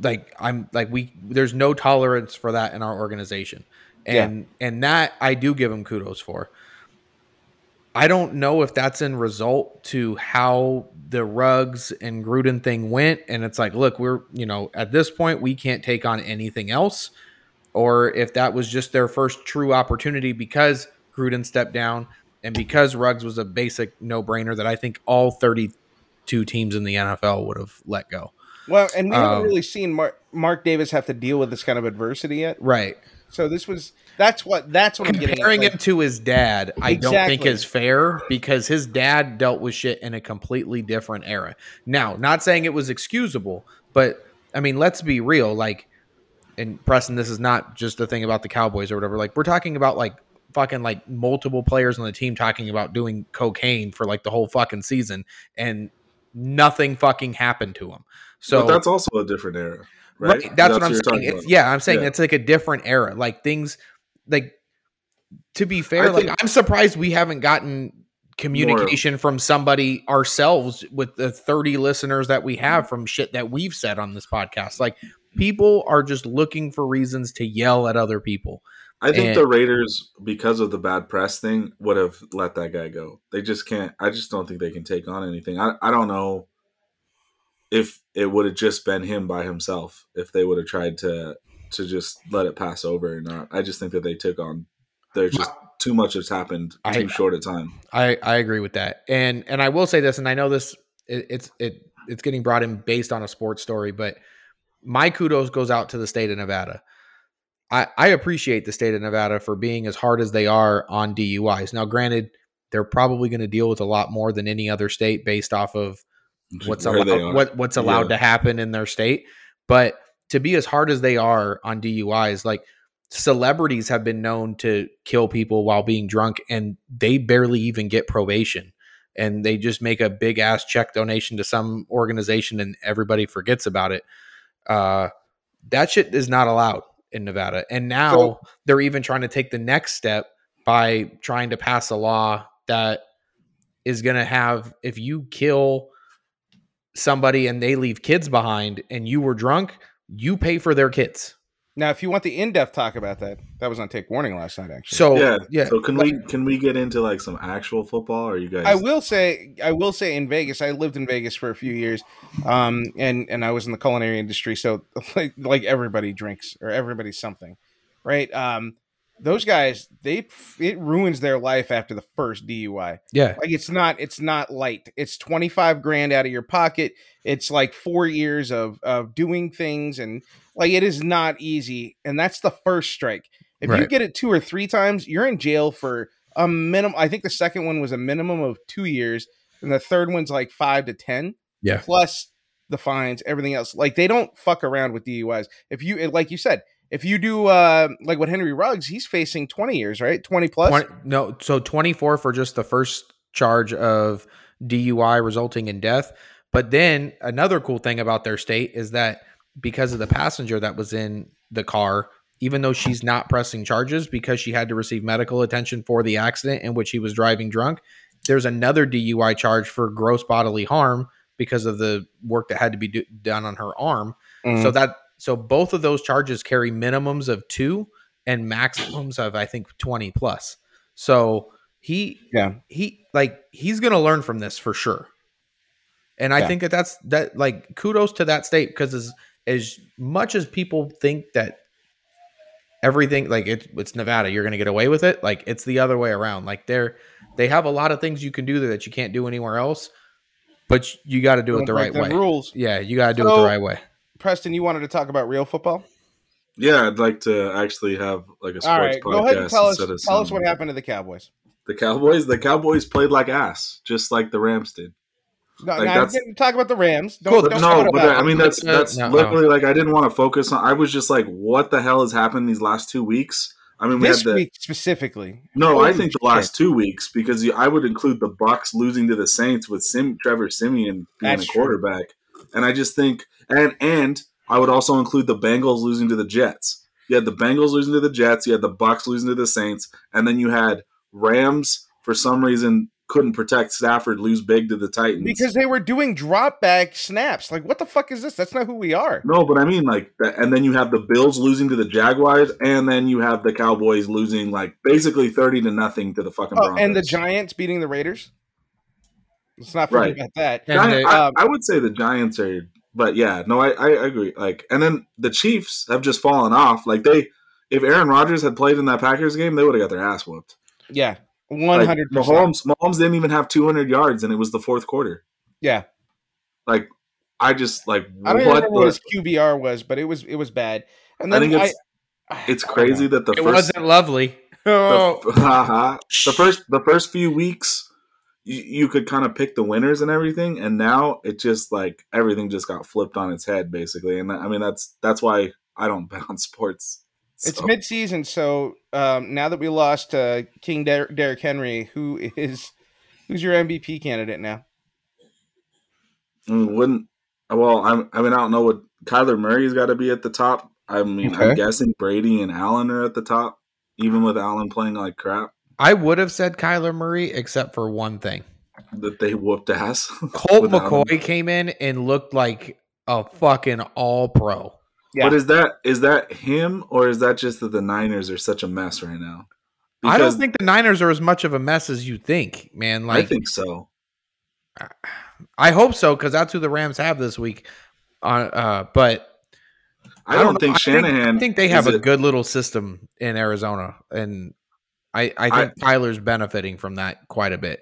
Like I'm like we there's no tolerance for that in our organization. And and that I do give them kudos for. I don't know if that's in result to how the rugs and Gruden thing went. And it's like, look, we're, you know, at this point, we can't take on anything else. Or if that was just their first true opportunity because Gruden stepped down and because Ruggs was a basic no brainer that I think all 32 teams in the NFL would have let go.
Well, and we
Um,
haven't really seen Mark, Mark Davis have to deal with this kind of adversity yet.
Right.
So this was that's what that's what I'm getting.
Comparing
at.
him
Like,
to his dad, I don't think
Exactly.
is fair because his dad dealt with shit in a completely different era. Now, not saying it was excusable, but I mean, let's be real. Like, and Preston, this is not just the thing about the Cowboys or whatever. Like, we're talking about like fucking like multiple players on the team talking about doing cocaine for like the whole fucking season, and nothing fucking happened to him. So
but that's also a different era, right?
Right. That's, what I'm
you're
saying.
talking
It's,
about.
yeah, I'm saying
Yeah.
it's like a different era. Like things, like to be fair,
I
like
think-
I'm surprised we haven't gotten communication from somebody ourselves with the 30 listeners that we
Mm-hmm.
have from shit that we've said on this podcast. Like people are just looking for reasons to yell at other people.
I think
And-
the Raiders, because of the bad press thing, would have let that guy go. They just can't. I just don't think they can take on anything. I, I don't know if it would have just been him by himself if they would have tried to to just let it pass over or not. I just think that they took on. There's just too much has happened
I-
too short a time.
I I agree with that, and and I will say this, and I know this it, it's it it's getting brought in based on a sports story, but my kudos goes out to the state of Nevada. I I appreciate the state of Nevada for being as hard as they are on DUIs. Now, granted, they're probably going to deal with a lot more than any other state based off of what's
Where they
allowed
are.
what what's allowed to
Yeah.
happen in their state. But to be as hard as they are on DUIs, like celebrities have been known to kill people while being drunk, and they barely even get probation. And they just make a big ass check donation to some organization, and everybody forgets about it. Uh, that shit is not allowed in Nevada. And now
So-
they're even trying to take the next step by trying to pass a law that is going to have if you kill somebody and they leave kids behind and you were drunk, you pay for their kids.
now, if you want the in-depth talk about that, that was on Take Warning last night. Actually,
So
yeah.
yeah,
So can we can we get into like some actual football? Or you guys?
I will say, I will say, in Vegas, I lived in Vegas for a few years, um, and and I was in the culinary industry, so (laughs) like, like everybody drinks or everybody's something, right? Um, those guys, they it ruins their life after the first DUI.
yeah,
Like it's not, it's not light. It's twenty five grand out of your pocket. It's like four years of of doing things, and like it is not easy. And that's the first strike. If you
Right.
get it two or three times, you're in jail for a minimum. I think the second one was a minimum of two years, and the third one's like five to ten.
Yeah.
Plus the fines, everything else. Like they don't fuck around with DUIs. If you, like you said, if you do uh like what Henry Ruggs, he's facing twenty years, right? Twenty plus.
20, no, so 24 for just the first charge of DUI resulting in death. But then another cool thing about their state is that because of the passenger that was in the car, even though she's not pressing charges because she had to receive medical attention for the accident in which he was driving drunk, there's another DUI charge for gross bodily harm because of the work that had to be do- done on her arm.
Mhm.
So that so both of those charges carry minimums of two and maximums of I think twenty plus. So he
Yeah.
he like he's gonna learn from this for sure. And I
Yeah.
think that that's that like kudos to that state because as as much as people think that everything like it, it's Nevada you're gonna get away with it like it's the other way around like they're they have a lot of things you can do there that you can't do anywhere else but you got to do it
Don't
the
break
right
their
way
Rules.
yeah you got to do it
So-
the right way
Preston, you wanted to talk about real football.
Yeah, I'd like to actually have like a sports
All right,
podcast.
go ahead and tell us
instead
tell
of some-
us what happened to the Cowboys.
The Cowboys. The Cowboys played like ass, just like the Rams did.
No,
Like,
no,
that's-
didn't talk about the Rams. Don't,
Cool,
don't
no,
talk
but
about
I mean that's
Uh,
that's
no, no.
literally like I didn't want to focus on. I was just like, what the hell has happened these last two weeks? I mean, we
this
had the
week specifically.
no. I
Holy
think
shit.
the last two weeks because you, I would include the Bucks losing to the Saints with Sim Trevor Simeon being
That's
a
true.
quarterback, and I just think and and I would also include the Bengals losing to the Jets. You had the Bengals losing to the Jets. You had the Bucks losing to the Saints, and then you had Rams for some reason couldn't protect Stafford lose big to the Titans
because they were doing drop back snaps. Like, what the fuck is this? That's not who we are.
No, but I mean, like, th- and then you have the Bills losing to the Jaguars, and then you have the Cowboys losing like basically thirty to nothing to the fucking
Oh,
Broncos.
and the Giants beating the Raiders. Let's not forget
Right.
about that.
And
Giant-
they-
I,
um,
I would say the Giants are, but yeah, no, I, I agree. Like, and then the Chiefs have just fallen off. Like they, if Aaron Rodgers had played in that Packers game, they would have got their ass whooped.
Yeah, one
Like,
hundred percent.
Mahomes, Mahomes didn't even have two hundred yards, and it was the fourth quarter.
Yeah,
Like, I just like
I don't even
what
remember what
the,
his QBR was, but it was it was bad. And
I
then
think
I, Oh,
it's it's
(sighs)
crazy that the
it was
first
wasn't lovely.
the, (laughs) haha. the first the first few weeks you, you could kind of pick the winners and everything and now it just like everything just got flipped on its head basically and i mean that's that's why i don't (laughs) bet on sports
It's
So,
mid season, so um, now that we lost uh, King Der- Derrick Henry, who is who's your MVP candidate now?
I mean, mm, wouldn't well I'm, i mean i don't know what kyler murray's got to be at the top i mean i'm
Okay.
guessing brady and allen are at the top even with allen playing like crap
I would have said Kyler Murray, except for one thing.
that they whooped ass (laughs)
Colt
without him.
McCoy came in and looked like a fucking all pro.
Yeah.
But is that is that him or is that just that the Niners are such a mess right now?
I
Because
don't think the Niners are as much of a mess as you think, man. Like
I think so.
I hope so because that's who the Rams have this week. On, uh, but
I don't, think
know. I
Shanahan.
I think they have
is
a good little system in Arizona, and I I think Tyler's benefiting from that quite a bit.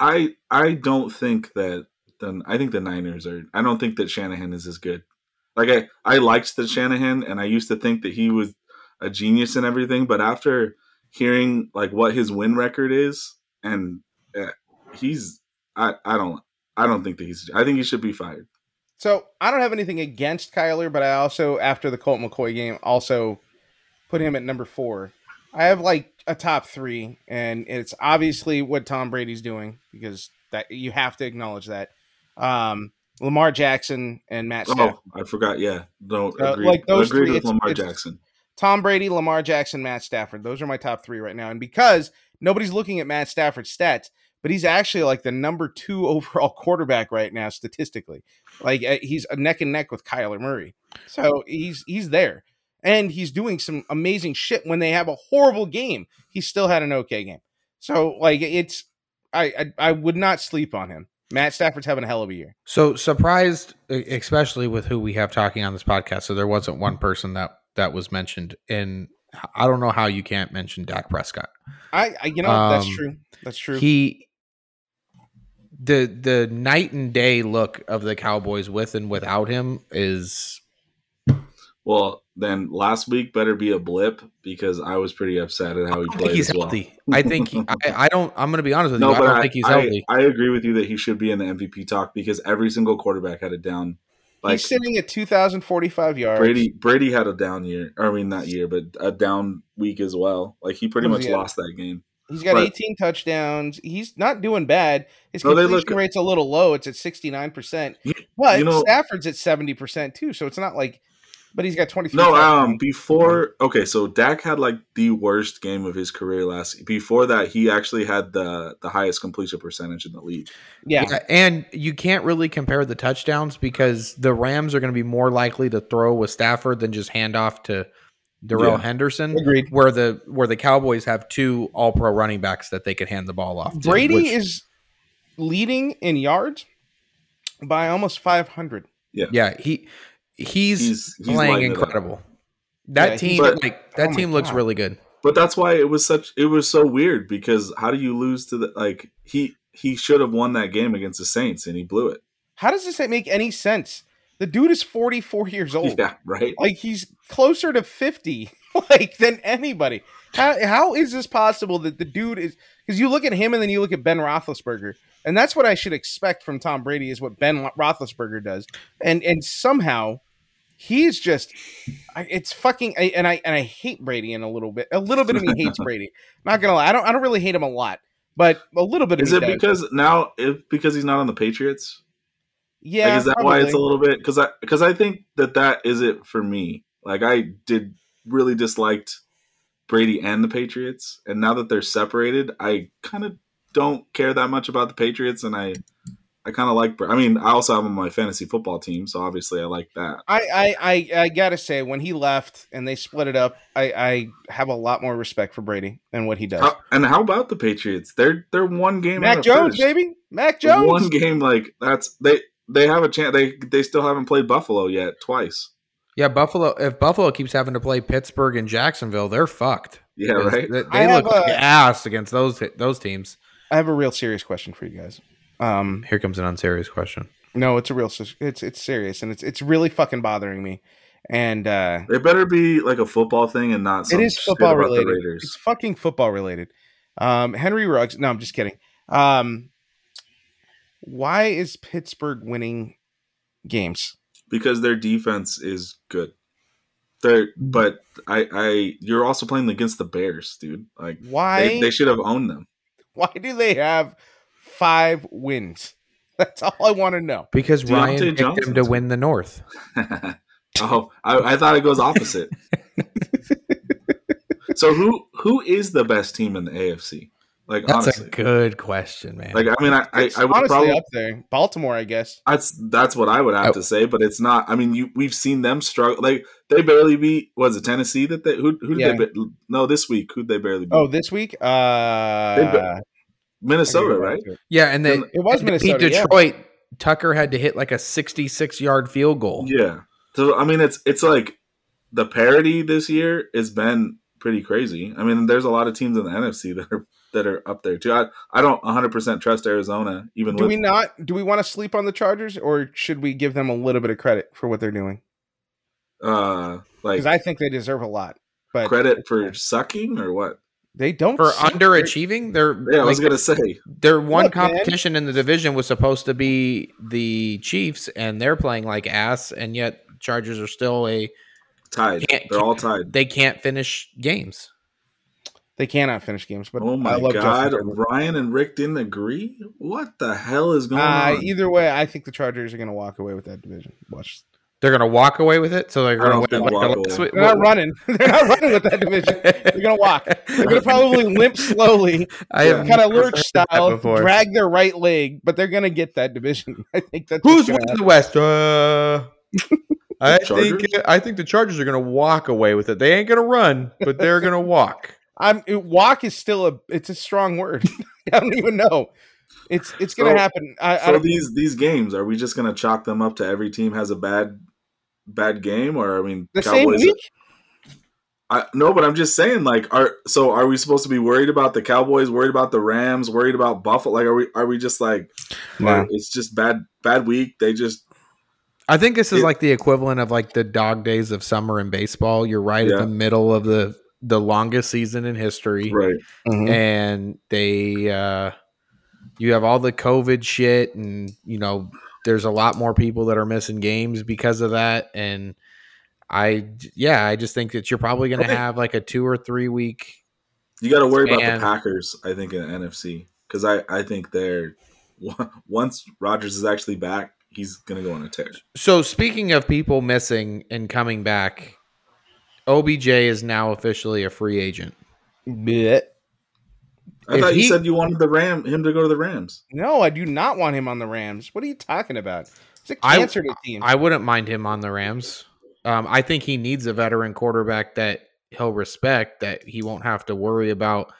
I I don't think that. Then I think the Niners are. I don't think that Shanahan is as good. Like I I liked the Shanahan, and I used to think that he was a genius and everything. But after hearing like what his win record is, and uh, he's I I don't I don't think that he's. I think he should be fired.
So I don't have anything against Kyler, but I also after the Colt McCoy game also put him at number four. I have like a top three, and it's obviously what Tom Brady's doing because that you have to acknowledge that. Um, Lamar Jackson and Matt Stafford.
Oh, I forgot. Yeah, no,
Uh,
agreed.
like those
agreed
three,
with
it's-
Lamar
it's-
Jackson.
Tom Brady, Lamar Jackson, Matt Stafford. Those are my top three right now. And because nobody's looking at Matt Stafford's stats, but he's actually like the number two (laughs) overall quarterback right now statistically. Like uh, he's a neck and neck with Kyler Murray, so he's he's there, and he's doing some amazing shit. When they have a horrible game, he still had an okay game. So like it's, I I, I would not sleep on him. Matt Stafford's having a hell of a year.
So surprised, e- especially with who we have talking on this podcast. So there wasn't one person that that was mentioned, and I don't know how you can't mention Dak Prescott.
I, I you know that's
Um,
true. That's true.
He the the night and day look of the Cowboys with and without him is
Well, then last week better be a blip because I was pretty upset at how he
I don't
played.
think he's
as well.
healthy. I think he, I, I don't. I'm going to be honest with you.
No,
I
but
don't
I,
think he's
I-
healthy.
I agree with you that he should be in the MVP talk because every single quarterback had a down. Like
he's sitting at two thousand forty five yards.
Brady, Brady had a down year. Or, I mean, not year, but a down week as well. Like he pretty
Who's
much
he at?
lost that game.
He's got
But-
18 touchdowns. He's not doing bad. His
No, they
completion
look-
rate's a little low. It's at 69%.
You-
But
you know-
Stafford's at 70% too. So it's not like, but he's got 23.
No,
touchdowns.
um, before okay, so Dak had like the worst game of his career last. Before that, he actually had the the highest completion percentage in the league.
yeah.
Yeah, and you can't really compare the touchdowns because the Rams are going to be more likely to throw with Stafford than just hand off to Darrell
Yeah.
Henderson,
Agreed.
where the where the Cowboys have two All Pro running backs that they could hand the ball off. To,
Brady
which-
is leading in yards by almost 500.
yeah he he's,
He's- he's
playing
lighting it up.
incredible. That
Yeah, he's-
team
But-
like that
Oh my
team looks
God.
really good.
but that's why it was such it was so weird because how do you lose to the like he he should have won that game against the saints and he blew it (laughs)
How does this make any sense? The dude is 44 years old.
yeah right
Like he's closer to 50 (laughs) like than anybody. How how is this possible that the dude is cuz you look at him and then you look at Ben Roethlisberger and that's what I should expect from Tom Brady is what Ben Lo- Roethlisberger does. And and somehow he's just I- it's fucking I, and I and I hate Brady in a little bit. A little
(laughs)
bit of me hates Brady. Not going to lie. I don't I don't really hate him a lot, but a little bit of
is
me
it
does.
because now if because he's not on the patriots
Yeah,
like, is that why it's a
probably.
little bit? Because I because I think that that is it for me. Like I did really disliked Brady and the Patriots, and now that they're separated, I kind of don't care that much about the Patriots, and I I kind of like. Bra- I mean, I also have him on my fantasy football team, so obviously I like that.
I, I, I, I gotta say, when he left and they split it up, I, I have a lot more respect for Brady and what he does.
How- and how about the Patriots? They're they're one game. out
Mac
of
Jones,
first.
baby, Mac
They're
Jones.
One game like that's they they have a chance. They they still haven't played Buffalo yet twice.
Yeah, Buffalo. If Buffalo keeps having to play Pittsburgh and Jacksonville, they're fucked.
Yeah, right.
They,
I
they
have
look like
a-
ass against those those teams.
I have a real serious question for you guys. Um,
Here comes an unserious question.
no, it's a real, sus- it's it's serious and it's it's really fucking bothering me. And uh,
It better be like a football thing and not. Some
it is
shit
football
about
related.
The Raiders.
It's fucking football related. Um, Henry Ruggs. No, I'm just kidding. Um, why is Pittsburgh winning games?
because their defense is good. They're
Mm-hmm.
but I I you're also playing against the Bears, dude. Like
Why
they, they should have owned them. (laughs)
(laughs) Why do they have five wins? (laughs) That's all I want to know.
Because
Deontay
Ryan picked
Johnson's-
him to win the North.
oh, I, I thought it
(laughs)
goes opposite. so who who is the best team in the AFC? Like
That's
honestly,
a good question, man.
like I mean, I I,
It's
I would
honestly
probably
up there. Baltimore, I guess.
That's that's what I would have
Oh.
I-
to say, but it's not. I mean, you we've seen them struggle. Like they barely beat was it Tennessee that they who who did
Yeah.
they ba- no this week who they barely beat
Oh, this week? Uh
Minnesota right?
yeah, and they
It
It was
they beat
Minnesota. yeah.
Detroit. Tucker had to hit like a 66 yard field goal.
Yeah. So I mean, it's it's like the parity this year has been pretty crazy. I mean, there's a lot of teams in the NFC (laughs) that are that are up there too. I I don't 100 percent trust Arizona even
Do
with
we not do we want to sleep on the Chargers or should we give them a little bit of credit for what they're doing?
uh like
Because I think they deserve a lot. But
credit for sucking or what?
they don't
For
seem-
underachieving, they're
Yeah, I was
like,
gonna say
their one
Look, man.
competition in the division was supposed to be the Chiefs, and they're playing like ass, and yet Chargers are still a
tied.
Can't-
They're all tied.
they can't finish games.
they cannot finish games, but
Oh
I
my
love
god,
Justin Herbert.
Ryan and Rick didn't agree. What the hell is going
Uh,
on?
either way, I think the Chargers are going to walk away with that division. Watch,
They're gonna walk away with it, so they're
I
gonna
don't
win.
think
Like the
walk
last
away.
week-
they're not running. (laughs) They're not running with that division. They're going to walk. They're
(laughs)
going to probably limp slowly,
I
Yeah.
have
kind of
never
lurch
heard that
style,
before.
drag their right leg, but they're going to get that division. (laughs) I think that's what's
Who's
gonna
winning the West? Uh, I think
Chargers?
I think the Chargers are gonna walk away with it. They ain't gonna run, but they're gonna walk.
happen. I'm it- walk is still a it's a strong word. (laughs) I don't even know. It's it's going to
So-
happen. I, I
so
don't,
these these games are we just gonna chalk them up to every team has a bad bad game or I mean
the same week.
I, no, but I'm just saying, like, are so are we supposed to be worried about the Cowboys, worried about the Rams, worried about Buffalo? Like, are we are we just like,
No.
it's just bad bad week? They just
I think this is
It-
like the equivalent of like the dog days of summer in baseball. You're right
Yeah.
at the middle of the the longest season in history,
right.
Mm-hmm.
and they uh, you have all the COVID shit, and you know there's a lot more people that are missing games because of that. And I, j- yeah, I just think that you're probably going to
Okay.
have like a two or three week.
You got to worry about
Man.
the Packers. I think in the NFC because I I think they're (laughs) once Rogers is actually back, he's gonna go on a tear.
So speaking of people missing and coming back, OBJ is now officially a free agent.
Blech.
I
If
thought you
he-
said you wanted the Ram him to go to the Rams.
No, I do not want him on the Rams. What are you talking about? It's a
I-
cancer to the team.
I wouldn't mind him on the Rams. Um, I think he needs a veteran quarterback that he'll respect, that he won't have to worry about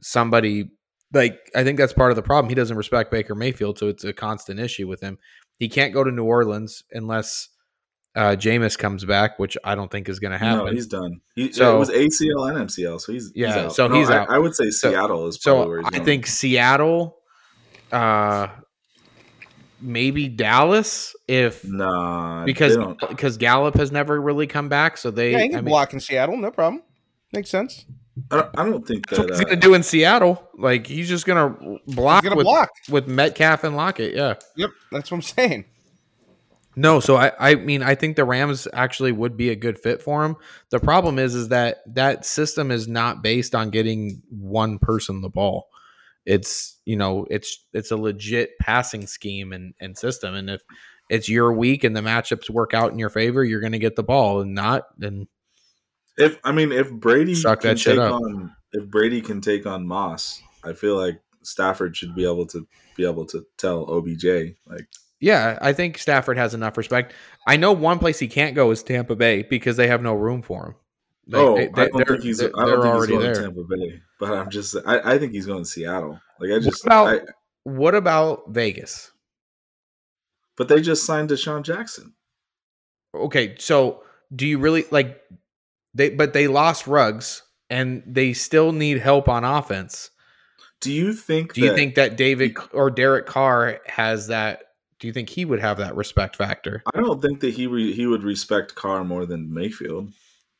somebody. Like, I think that's part of the problem. He doesn't respect Baker Mayfield, so it's a constant issue with him. He can't go to New Orleans unless uh, Jameis comes back, which I don't think is going to
No,
happen.
he's done. He,
So-
it was ACL and MCL, so he's
Yeah,
He's out.
so
No,
he's
I,
out.
I would say
So-
Seattle is probably where
so
he's
I
going.
think Seattle, uh, maybe Dallas, if
nah
because
they don't-
because Gallup has never really come back, so they
yeah, he
I
can
mean-
block in Seattle. No problem. Makes sense.
I don't, I don't think
That's
that
what he's
uh,
gonna do in Seattle. Like he's just gonna block
He's going to
with
block.
with Metcalf and Lockett. Yeah.
Yep, that's what I'm saying.
No, so I I mean I think the Rams actually would be a good fit for him. The problem is is that that system is not based on getting one person the ball. It's you know it's it's a legit passing scheme and and system. And if it's your week and the matchups work out in your favor, you're going to get the ball, and not then
If I mean, if Brady
Suck
can
that shit
take
up.
on if Brady can take on Moss, I feel like Stafford should be able to be able to tell OBJ like
yeah, I think Stafford has enough respect. I know one place he can't go is Tampa Bay because they have no room for him. They-
oh
they-
I don't
they're-
think he's I
they're
don't think he's
already
going
there.
to Tampa Bay, but I'm just I, I think he's going to Seattle. Like I
What
just
about-
I,
What about Vegas?
but they just signed Deshaun Jackson.
okay, so do you really like they but they lost rugs and they still need help on offense.
Do you think?
Do you
that-
think that David C- or Derek Carr has that do you think he would have that respect factor?
I don't think that he re, he would respect Carr more than Mayfield.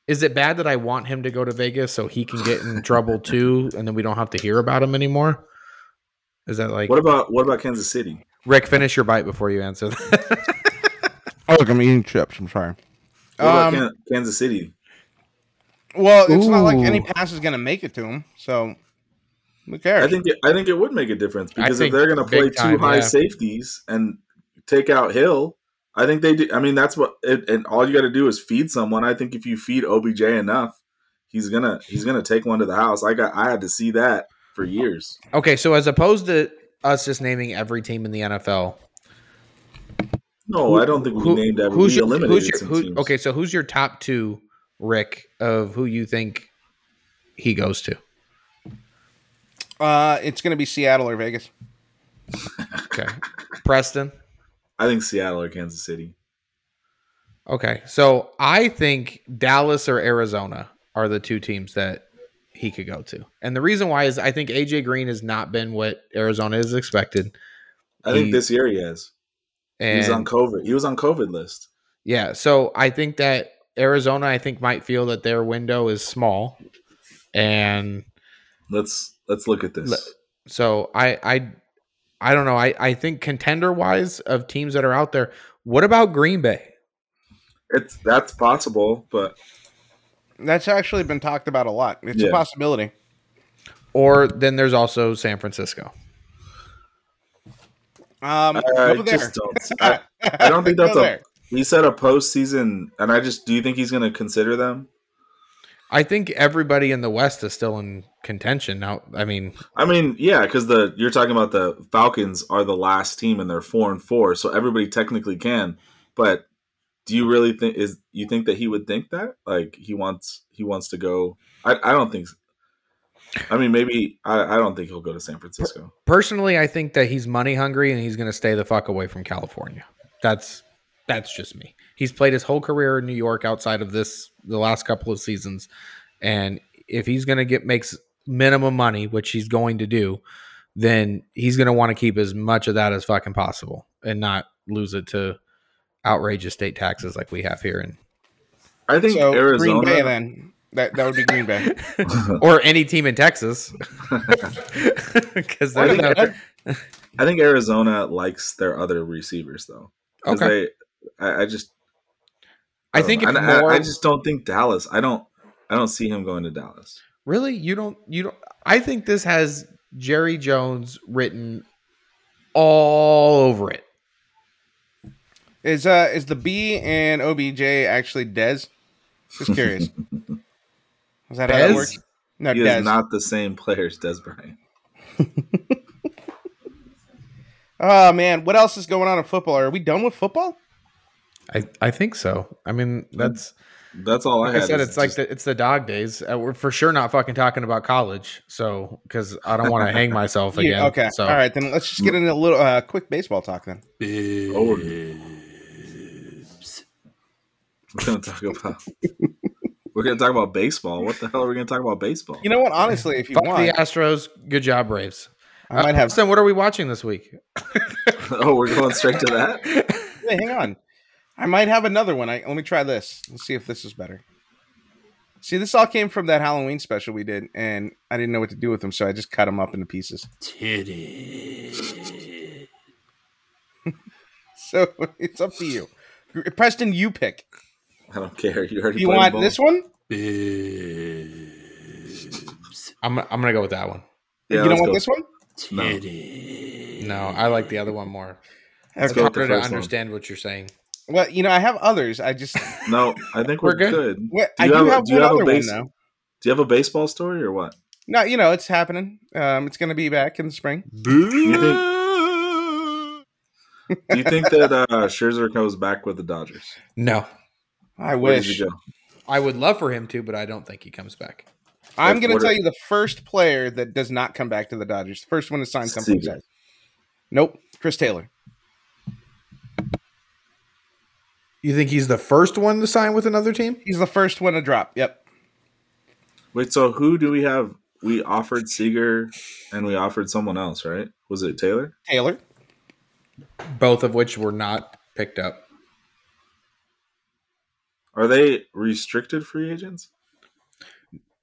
Is it bad that I want him to go to Vegas so he can get in
(laughs)
trouble too and then we don't have to hear about him anymore? Is that like
What about what about Kansas City?
Rick finish your bite before you answer that. (laughs)
Oh, look, I'm eating chips. I'm sorry.
What
Um,
about Kan- Kansas City?
Well, it's not like
Ooh.
any pass is going to make it to him, so who cares?
I think it, I think it would make a difference because if
think
they're going to
big
play
time,
two high
yeah.
safeties and take out Hill, I think they do. I mean, that's what. It, and all you got to do is feed someone. I think if you feed OBJ enough, he's gonna he's gonna take one to the house. I got I had to see that for years.
okay, so as opposed to us just naming every team in the NFL,
No, Oh, I don't think we
who-
named every.
Who's
we
your,
eliminated
who's your,
some
who,
teams.
okay? So who's your top two, Rick, of who you think he goes to?
uh, it's going to be Seattle or Vegas.
Okay, Preston.
I think Seattle or Kansas City.
Okay, so I think Dallas or Arizona are the two teams that he could go to, and the reason why is I think AJ Green has not been what Arizona is expected,
I think
He-
this year he has.
and
He's on COVID. He was on COVID list.
Yeah, so I think that Arizona, I think, might feel that their window is small, and
Let's let's look at this.
Le- So I I I don't know. I I think contender wise of teams that are out there. What about Green Bay?
It's that's possible, but
That's actually been talked about a lot. It's a
Yeah.
possibility.
Or then there's also San Francisco.
Um,
I
go there.
Uh, just don't.
(laughs)
I, (laughs) I don't think
Go
that's a.
there.
He said a postseason, and I just do you think he's going to consider them?
I think everybody in the West is still in contention now. I mean,
I mean, yeah, because the you're talking about the Falcons are the last team, and they're four and four, so everybody technically can. But do you really think is you think that he would think that like he wants he wants to go? I, I don't think. s- I mean, maybe I, I don't think he'll go to San Francisco.
personally, I think that he's money hungry and he's going to stay the fuck away from California. That's that's just me. He's played his whole career in New York outside of this the last couple of seasons, and if he's going to get makes minimum money, which he's going to do, then he's going to want to keep as much of that as fucking possible and not lose it to outrageous state taxes like we have here and
I think
so
Arizona.
Green Bay then. That, that would be Green
(laughs)
Bay.
or any team in Texas (laughs) because
I think,
okay.
I think Arizona likes their other receivers though. 'Cause They, I, I just
I think
don't
if
know. And I,
more
I just don't think Dallas. I don't. I don't see him going to Dallas.
Really? You don't you don't I think this has Jerry Jones written all over it.
Is uh is the B and OBJ actually Dez? Just
(laughs)
curious. is that how that
Dez?
works? No,
He
Dez.
is not the same player as Des Bryant.
oh man, what else is going on in football? Are we done with football?
I, I think so. I mean, that's
That's all I
like I
had.
said.
is
It's like
just-
the, it's the dog days. Uh, we're for sure not fucking talking about college, so because I don't want to hang
(laughs)
myself
You-
again.
okay.
So
All right, then let's just get into a little uh, quick baseball talk then.
oh, we're gonna talk about. we're gonna talk about baseball. What the hell are we gonna talk about baseball?
You know what? Honestly, if you
Fuck
want,
the Astros. Good job, Braves. Uh,
I might have.
Austin, what are we watching this week?
(laughs) oh, we're going straight to that.
Hey, hang on, I might have another one. I let me try this. Let's see if this is better. See, this all came from that Halloween special we did, and I didn't know what to do with them, so I just cut them up into pieces. (laughs) So it's up to you, Preston. You pick.
I don't care. You already.
You
played
want
ball.
this one?
I'm I'm gonna go with that one.
Yeah,
you don't
let's
want
go.
this one?
No.
No, I like the other one more. It's
Let's go with the
harder to
first one.
understand what you're saying.
Well, you know, I have others. I
(laughs)
just
No, I think we're,
We're good.
good.
well,
Do
I
you
do
have a-
have
do you
one
have a
other one
base-
though.
Do you have a baseball story or what?
No, you know, it's happening. Um, it's going to be back in the spring.
You think, do you think that uh, Scherzer comes back with the Dodgers?
(laughs) No,
I
Where does he
wish.
go?
I would love for him to, but I don't think he comes back.
I'm going to
What
tell
are-
you the first player that does not come back to the Dodgers. The first one to sign something.
Steven.
says. Nope, Chris Taylor.
You think he's the first one to sign with another team?
He's the first one to drop. Yep.
Wait, so who do we have? We offered Seager and we offered someone else, right? Was it Taylor?
Taylor.
Both of which were not picked up.
Are they restricted free agents?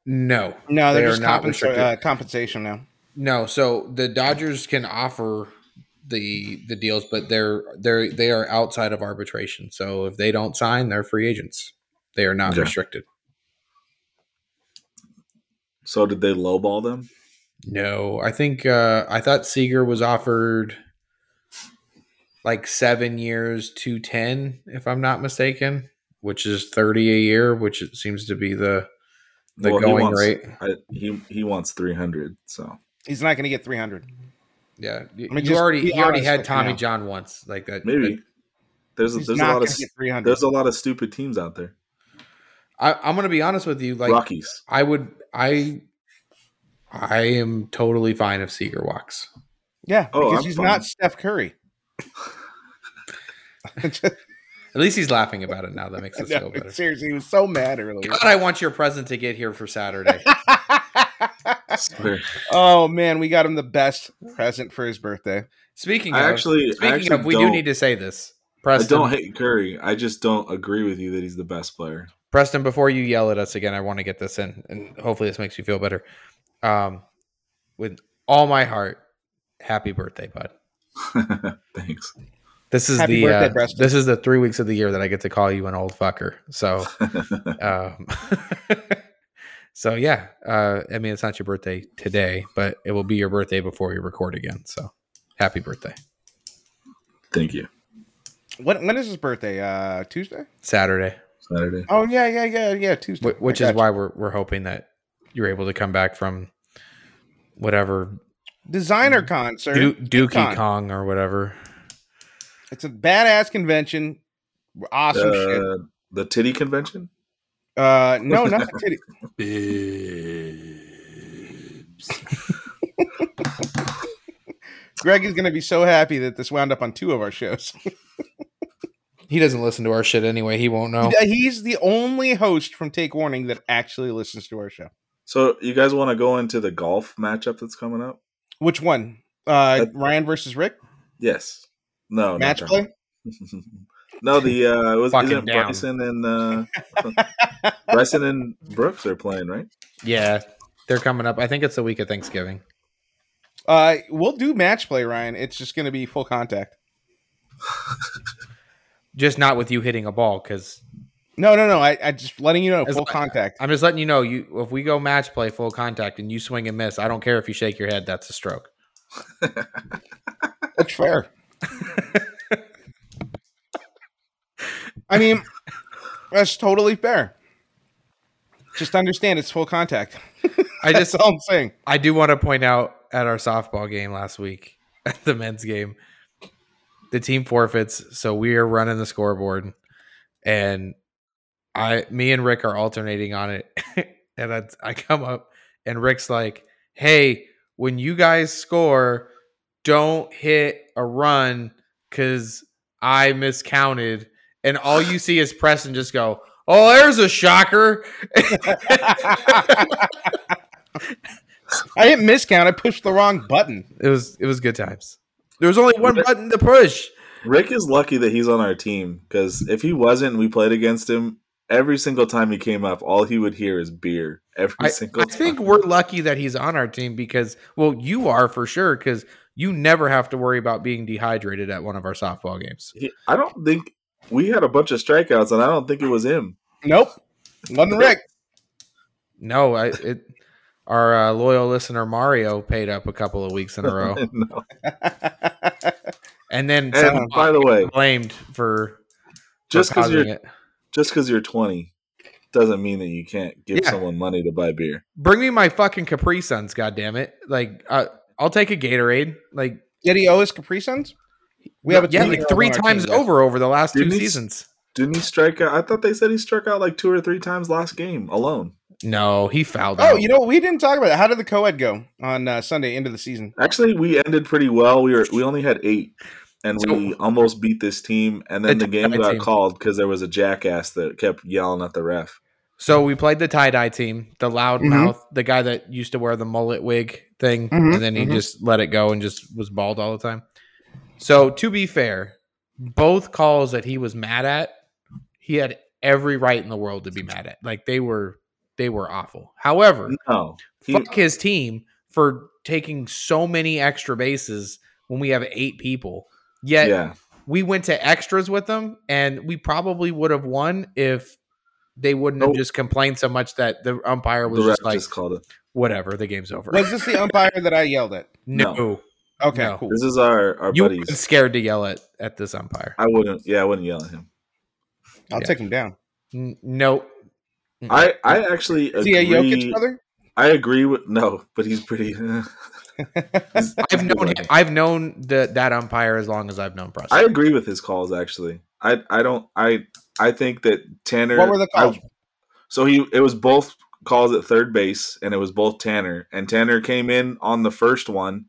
No,
No, they're
They are
just
not
compensa-
restricted.
uh, compensation now.
no. So the Dodgers can offer the the deals, but they're they're they are outside of arbitration. So if they don't sign, they're free agents. They are not
Okay.
restricted.
So did they lowball them?
No, I think uh, I thought Seager was offered like seven years, two ten, if I'm not mistaken, which is thirty a year, which it seems to be the the
Well, he
going
wants-
rate.
I, he he wants three hundred. So
He's not going to get 300.
Yeah, y-
I mean,
you
just
already
be
you already
honest
had
with
Tommy
now.
John once, like that.
maybe
that-
there's a,
He's
there's a
not
lot
going
of
to
stu-
get 300.
there's a lot of stupid teams out there.
I, I'm gonna be honest with you. Like
Rockies.
I would, I, I am totally fine if Seager walks.
yeah,
Oh,
because
I'm
he's
fine.
not Steph
(laughs)
Curry. (laughs)
At least he's laughing about it now. That
(laughs)
makes us feel
No,
better.
seriously, he was so mad
(laughs)
earlier.
God, I want your present to get here for
(laughs)
Saturday.
There.
oh man, we got him the best present for his birthday.
Speaking of,
I actually- I
speaking
actually
of, we do
don't-
need to say this,
I
Preston.
don't hate Curry. I just don't agree with you that he's the best player. (laughs)
Preston, before you yell at us again, I want to get this in, and hopefully this makes you feel better. Um, with all my heart, happy birthday, bud.
Thanks.
This is
Happy
the
birthday,
uh,
Preston.
this is the three weeks of the year that I get to call you an old fucker. (laughs) So, um, (laughs) so yeah. Uh, I mean, it's not your birthday today, but it will be your birthday before we record again. So, happy birthday,
Thank you.
When when is his birthday? Uh, Tuesday.
Saturday.
Saturday.
Oh yeah, yeah, yeah, yeah. Tuesday.
Wh- which
I
is
got
why we're we're hoping that you're able to come back from whatever
you.
Mm-hmm.
designer concert.
du- Dookie
Kong.
Kong. or whatever.
It's a badass convention. Awesome shit.
Uh, the titty convention.
Uh, no, not the
(laughs)
titty. Greg is going to be so happy that this wound up on two of our shows.
He doesn't listen to our shit anyway. He won't know.
He's the only host from Take Warning that actually listens to our show.
So you guys want to go into the golf matchup that's coming up?
Which one? Uh,
That-
Ryan versus Rick
Yes. oh, No. not
match
that
play.
one. (laughs) no, the uh, was
Fucking
isn't
down.
Bryson and uh,
(laughs)
Bryson and Brooks are playing, right?
Yeah, they're coming up. I think it's the week of Thanksgiving.
Uh, we'll do match play, Ryan. It's just going to be full contact.
Just not with you hitting a ball because
No, no, no. I, I just letting you know.
As
Full
I-
contact.
I'm just letting you know you if we go match play full contact and you swing and miss, I don't care if you shake your head, that's a stroke.
That's fair. I mean, that's totally fair. Just understand it's full contact.
I
That's
just
all I'm saying. (laughs)
I do want to point out at our softball game last week, (laughs) at the men's game, the team forfeits, so we are running the scoreboard, and I, me and Rick are alternating on it, (laughs) and I, I come up, and Rick's like, "Hey, when you guys score, don't hit a run, cause I miscounted." And all you see is Preston just go, "Oh, there's a shocker."
I didn't miscount. I pushed the wrong button.
It was it was good times. There was only one button to push.
Rick is lucky that he's on our team because if he wasn't, and we played against him every single time he came up. All he would hear is beer every
I,
single
I think
time.
we're lucky that he's on our team because well, you are for sure because you never have to worry about being dehydrated at one of our softball games.
He- I don't think we had a bunch of strikeouts, and I don't think it was him. (laughs)
Nope. Wasn't Rick.
No, I it our uh,
(laughs)
loyal listener Mario paid up a couple of weeks in a row.
no.
and then somehow
And by the way,
(laughs) blamed for for
just because
causing
you're
it.
just because you're 20 doesn't mean that you can't give
Yeah.
someone money to buy beer.
Bring me my fucking Capri Suns, goddamn it! Like I, I'll take a Gatorade. Like
Did he owe us Capri Suns? We have a
yeah, like
three-year-old
three
on our
times
team, guys.
over over the last two
Didn't he-
seasons.
Didn't he strike out? I thought they said he struck out like two or three times last game alone.
No, he fouled.
Oh,
out.
you know we didn't talk about that. How did the co-ed go on uh, Sunday into the season?
Actually, we ended pretty well. We were we only had eight, and
So-
we almost beat this team. And then
The
the, game
tie
got
team.
called because there was a jackass that kept yelling at the ref.
So we played the tie dye team, the loud
Mhm.
mouth, the guy that used to wear the mullet wig thing,
Mhm,
and then he
Mm-hmm.
mhm.
just let it go and just was bald all the time. So to be fair, both calls that he was mad at, he had every right in the world to be mad at. Like they were they were awful. However,
No, Mm, he,
fuck his team for taking so many extra bases when we have eight people. Yet
yeah,
we went to extras with them and we probably would have won if they wouldn't have
Nope.
just complained so much that the umpire was
the ref
just like
just called it.
whatever the game's over
Was this the umpire that I yelled at?
(laughs) no,
Okay,
No.
cool.
This is our our
you were
buddies.
scared to yell at at this umpire
I wouldn't. Yeah, I wouldn't yell at him.
I'll
Yeah.
take him down.
N- no
(laughs)
Mm-hmm.
I I actually
Is he a Jokic
agree.
brother?
I agree with no, but he's pretty. (laughs) he's-
i've known him, i've known the, that umpire as long as i've known Preston.
I agree with his calls actually. I I don't I I think that Tanner.
What were the
I-
calls?
so he it was both calls at third base, and it was both Tanner. And Tanner came in on the first one,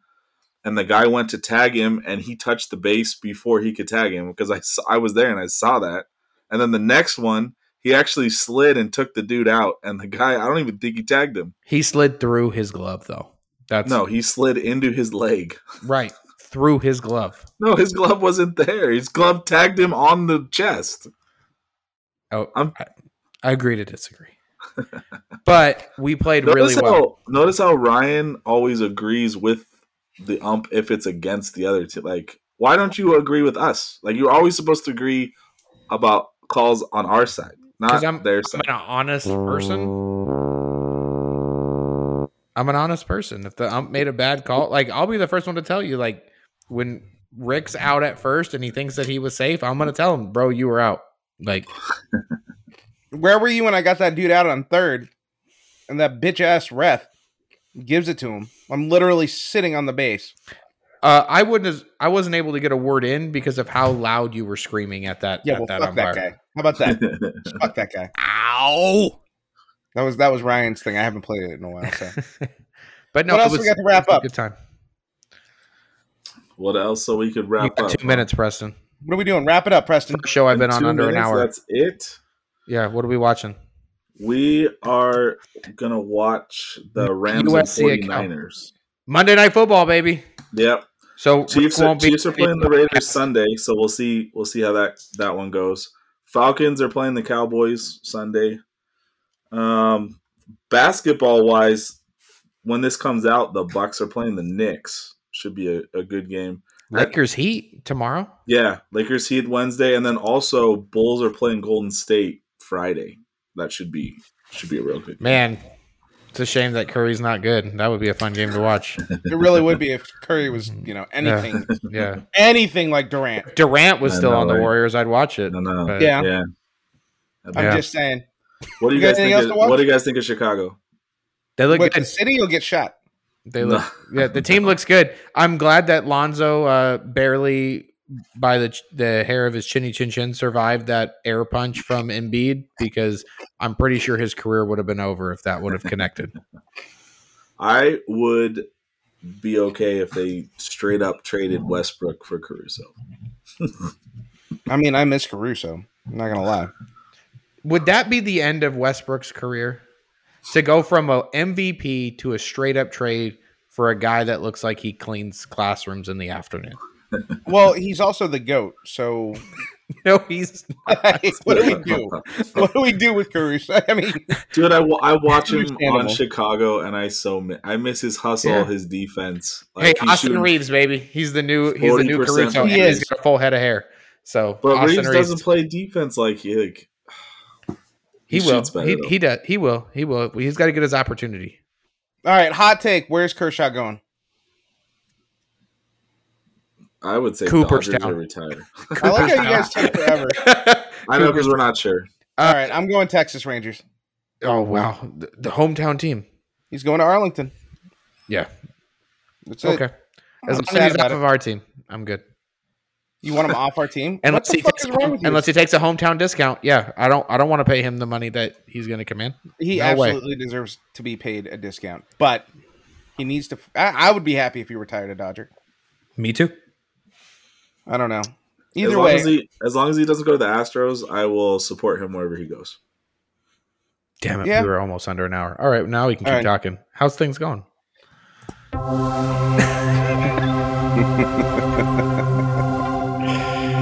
and the guy went to tag him, and he touched the base before he could tag him because I saw, I was there and I saw that. And then the next one, he actually slid and took the dude out, and the guy I don't even think he tagged him.
he slid through his glove though that's
No, he slid into his leg. (laughs)
right through his glove
No, his glove wasn't there. His glove tagged him on the chest.
oh
I'm-
I, I agree to disagree (laughs) but we played
Notice
really well
how notice how Ryan always agrees with the ump if it's against the other team. Like, why don't you agree with us? Like, you're always supposed to agree about calls on our side, not
Because I'm,
their
I'm
side. (laughs)
an honest person. I'm an honest person. If the ump made a bad call, like I'll be the first one to tell you. Like when Rick's out at first and he thinks that he was safe, I'm gonna tell him, bro, you were out. Like
Where were you when I got that dude out on third? And that bitch ass ref gives it to him. I'm literally sitting on the base.
uh, I wouldn't. Have, I wasn't able to get a word in because of how loud you were screaming at that.
Yeah,
at
well,
that
fuck
umpire.
that guy. How about
(laughs)
that? fuck that guy.
Ow!
That was that was Ryan's thing. I haven't played it in a
(laughs)
while. So
But no,
What
it
else we
was-
got to wrap
it was a
up?
Good time.
what else? So we could
You
wrap
got
up.
two minutes, Preston.
what are we doing? Wrap it up, Preston.
First show I've been on
Two
under an
minutes,
hour.
That's it.
Yeah. What are we watching?
We are gonna watch the Rams
USC
and
account.
49ers.
Monday Night Football, baby.
Yep.
So
Chiefs
Rick
are,
won't be-
Chiefs are playing the Raiders Sunday, so we'll see we'll see how that that one goes. Falcons are playing the Cowboys Sunday. Um, basketball wise, when this comes out, the Bucks are playing the Knicks. Should be a, a good game.
Lakers Heat tomorrow.
Yeah, Lakers Heat Wednesday, and then also Bulls are playing Golden State Friday. That should be should be a real good.
Man, it's a shame that Curry's not good. That would be a fun game to watch.
It really would be if Curry was, you know, anything,
(laughs)
Yeah. (laughs)
anything like Durant.
Durant was
I
still
know,
on the
right?
Warriors. I'd watch it.
No, no.
but-
Yeah.
Yeah.
I'm
Yeah.
just saying.
What do you,
You got
guys think?
anything
Of,
else to watch?
what do you guys think of Chicago?
They look
What, the
good.
city will get shot.
They look. Yeah, the
(laughs)
team looks good. I'm glad that Lonzo uh, barely by the ch- the hair of his chinny chin chin survived that air punch from Embiid because I'm pretty sure his career would have been over if that would have connected.
I would be okay if they straight up traded Westbrook for Caruso.
I mean, I miss Caruso. I'm not gonna lie.
Would that be the end of Westbrook's career? To go from a MVP to a straight up trade for a guy that looks like he cleans classrooms in the afternoon. (laughs)
Well, he's also the goat. So (laughs)
No, he's
like, what do we do? What do we do with Caruso? (laughs) I mean,
Dude, I, wa- I watch him on
Understandable.
Chicago, and I so mi- I miss his hustle,
Yeah.
his defense.
hey
he's
Austin
shooting-
Reeves, baby. He's the new he's the new
40%.
Caruso.
He
and
is.
He's got a full head of hair. So
but
Austin
Reeves,
Reeves,
doesn't play defense like he like.
he,
he
will.
shoots better,
He,
though.
he does. He will. He will. He's got to get his opportunity. (laughs)
all right, hot take. Where's Kershaw going?
I would say
Cooperstown.
Dodgers are retired.
I like how you guys take forever.
I know because we're not sure.
All right, I'm going Texas Rangers.
oh wow, the, the hometown team.
He's going to Arlington.
Yeah.
That's it.
Okay, as
I'm
long as
sad
he's
about
off
it.
of our team, I'm good.
You want him off our
(laughs)
team?
Unless
what the
he
fuck
takes
is wrong with you?
unless he takes a hometown discount. Yeah, I don't I don't want to pay him the money that he's going to command.
he
no way.
absolutely deserves to be paid a discount, but he needs to. I, I would be happy if he retired a Dodger.
Me too.
I don't know.
as
Either
long
way,
as he as long as he doesn't go to the Astros, I will support him wherever he goes.
Damn it,
Yeah.
we were almost under an hour. All right, now we can keep
All right.
talking. How's things going?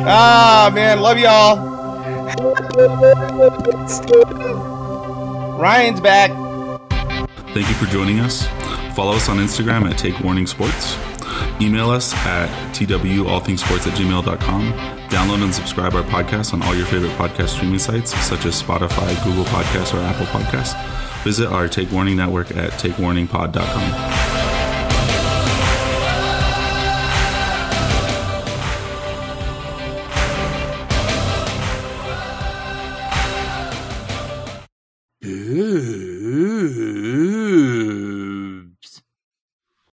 ah man, love
(laughs)
y'all. Ryan's back.
Thank you for joining us. Follow us on Instagram at Take Warning Sports. Email us at twallthingsports at gmail.com. Download and subscribe our podcast on all your favorite podcast streaming sites such as Spotify, Google Podcasts, or Apple Podcasts. Visit our Take Warning network at takewarningpod.com.
Ooh.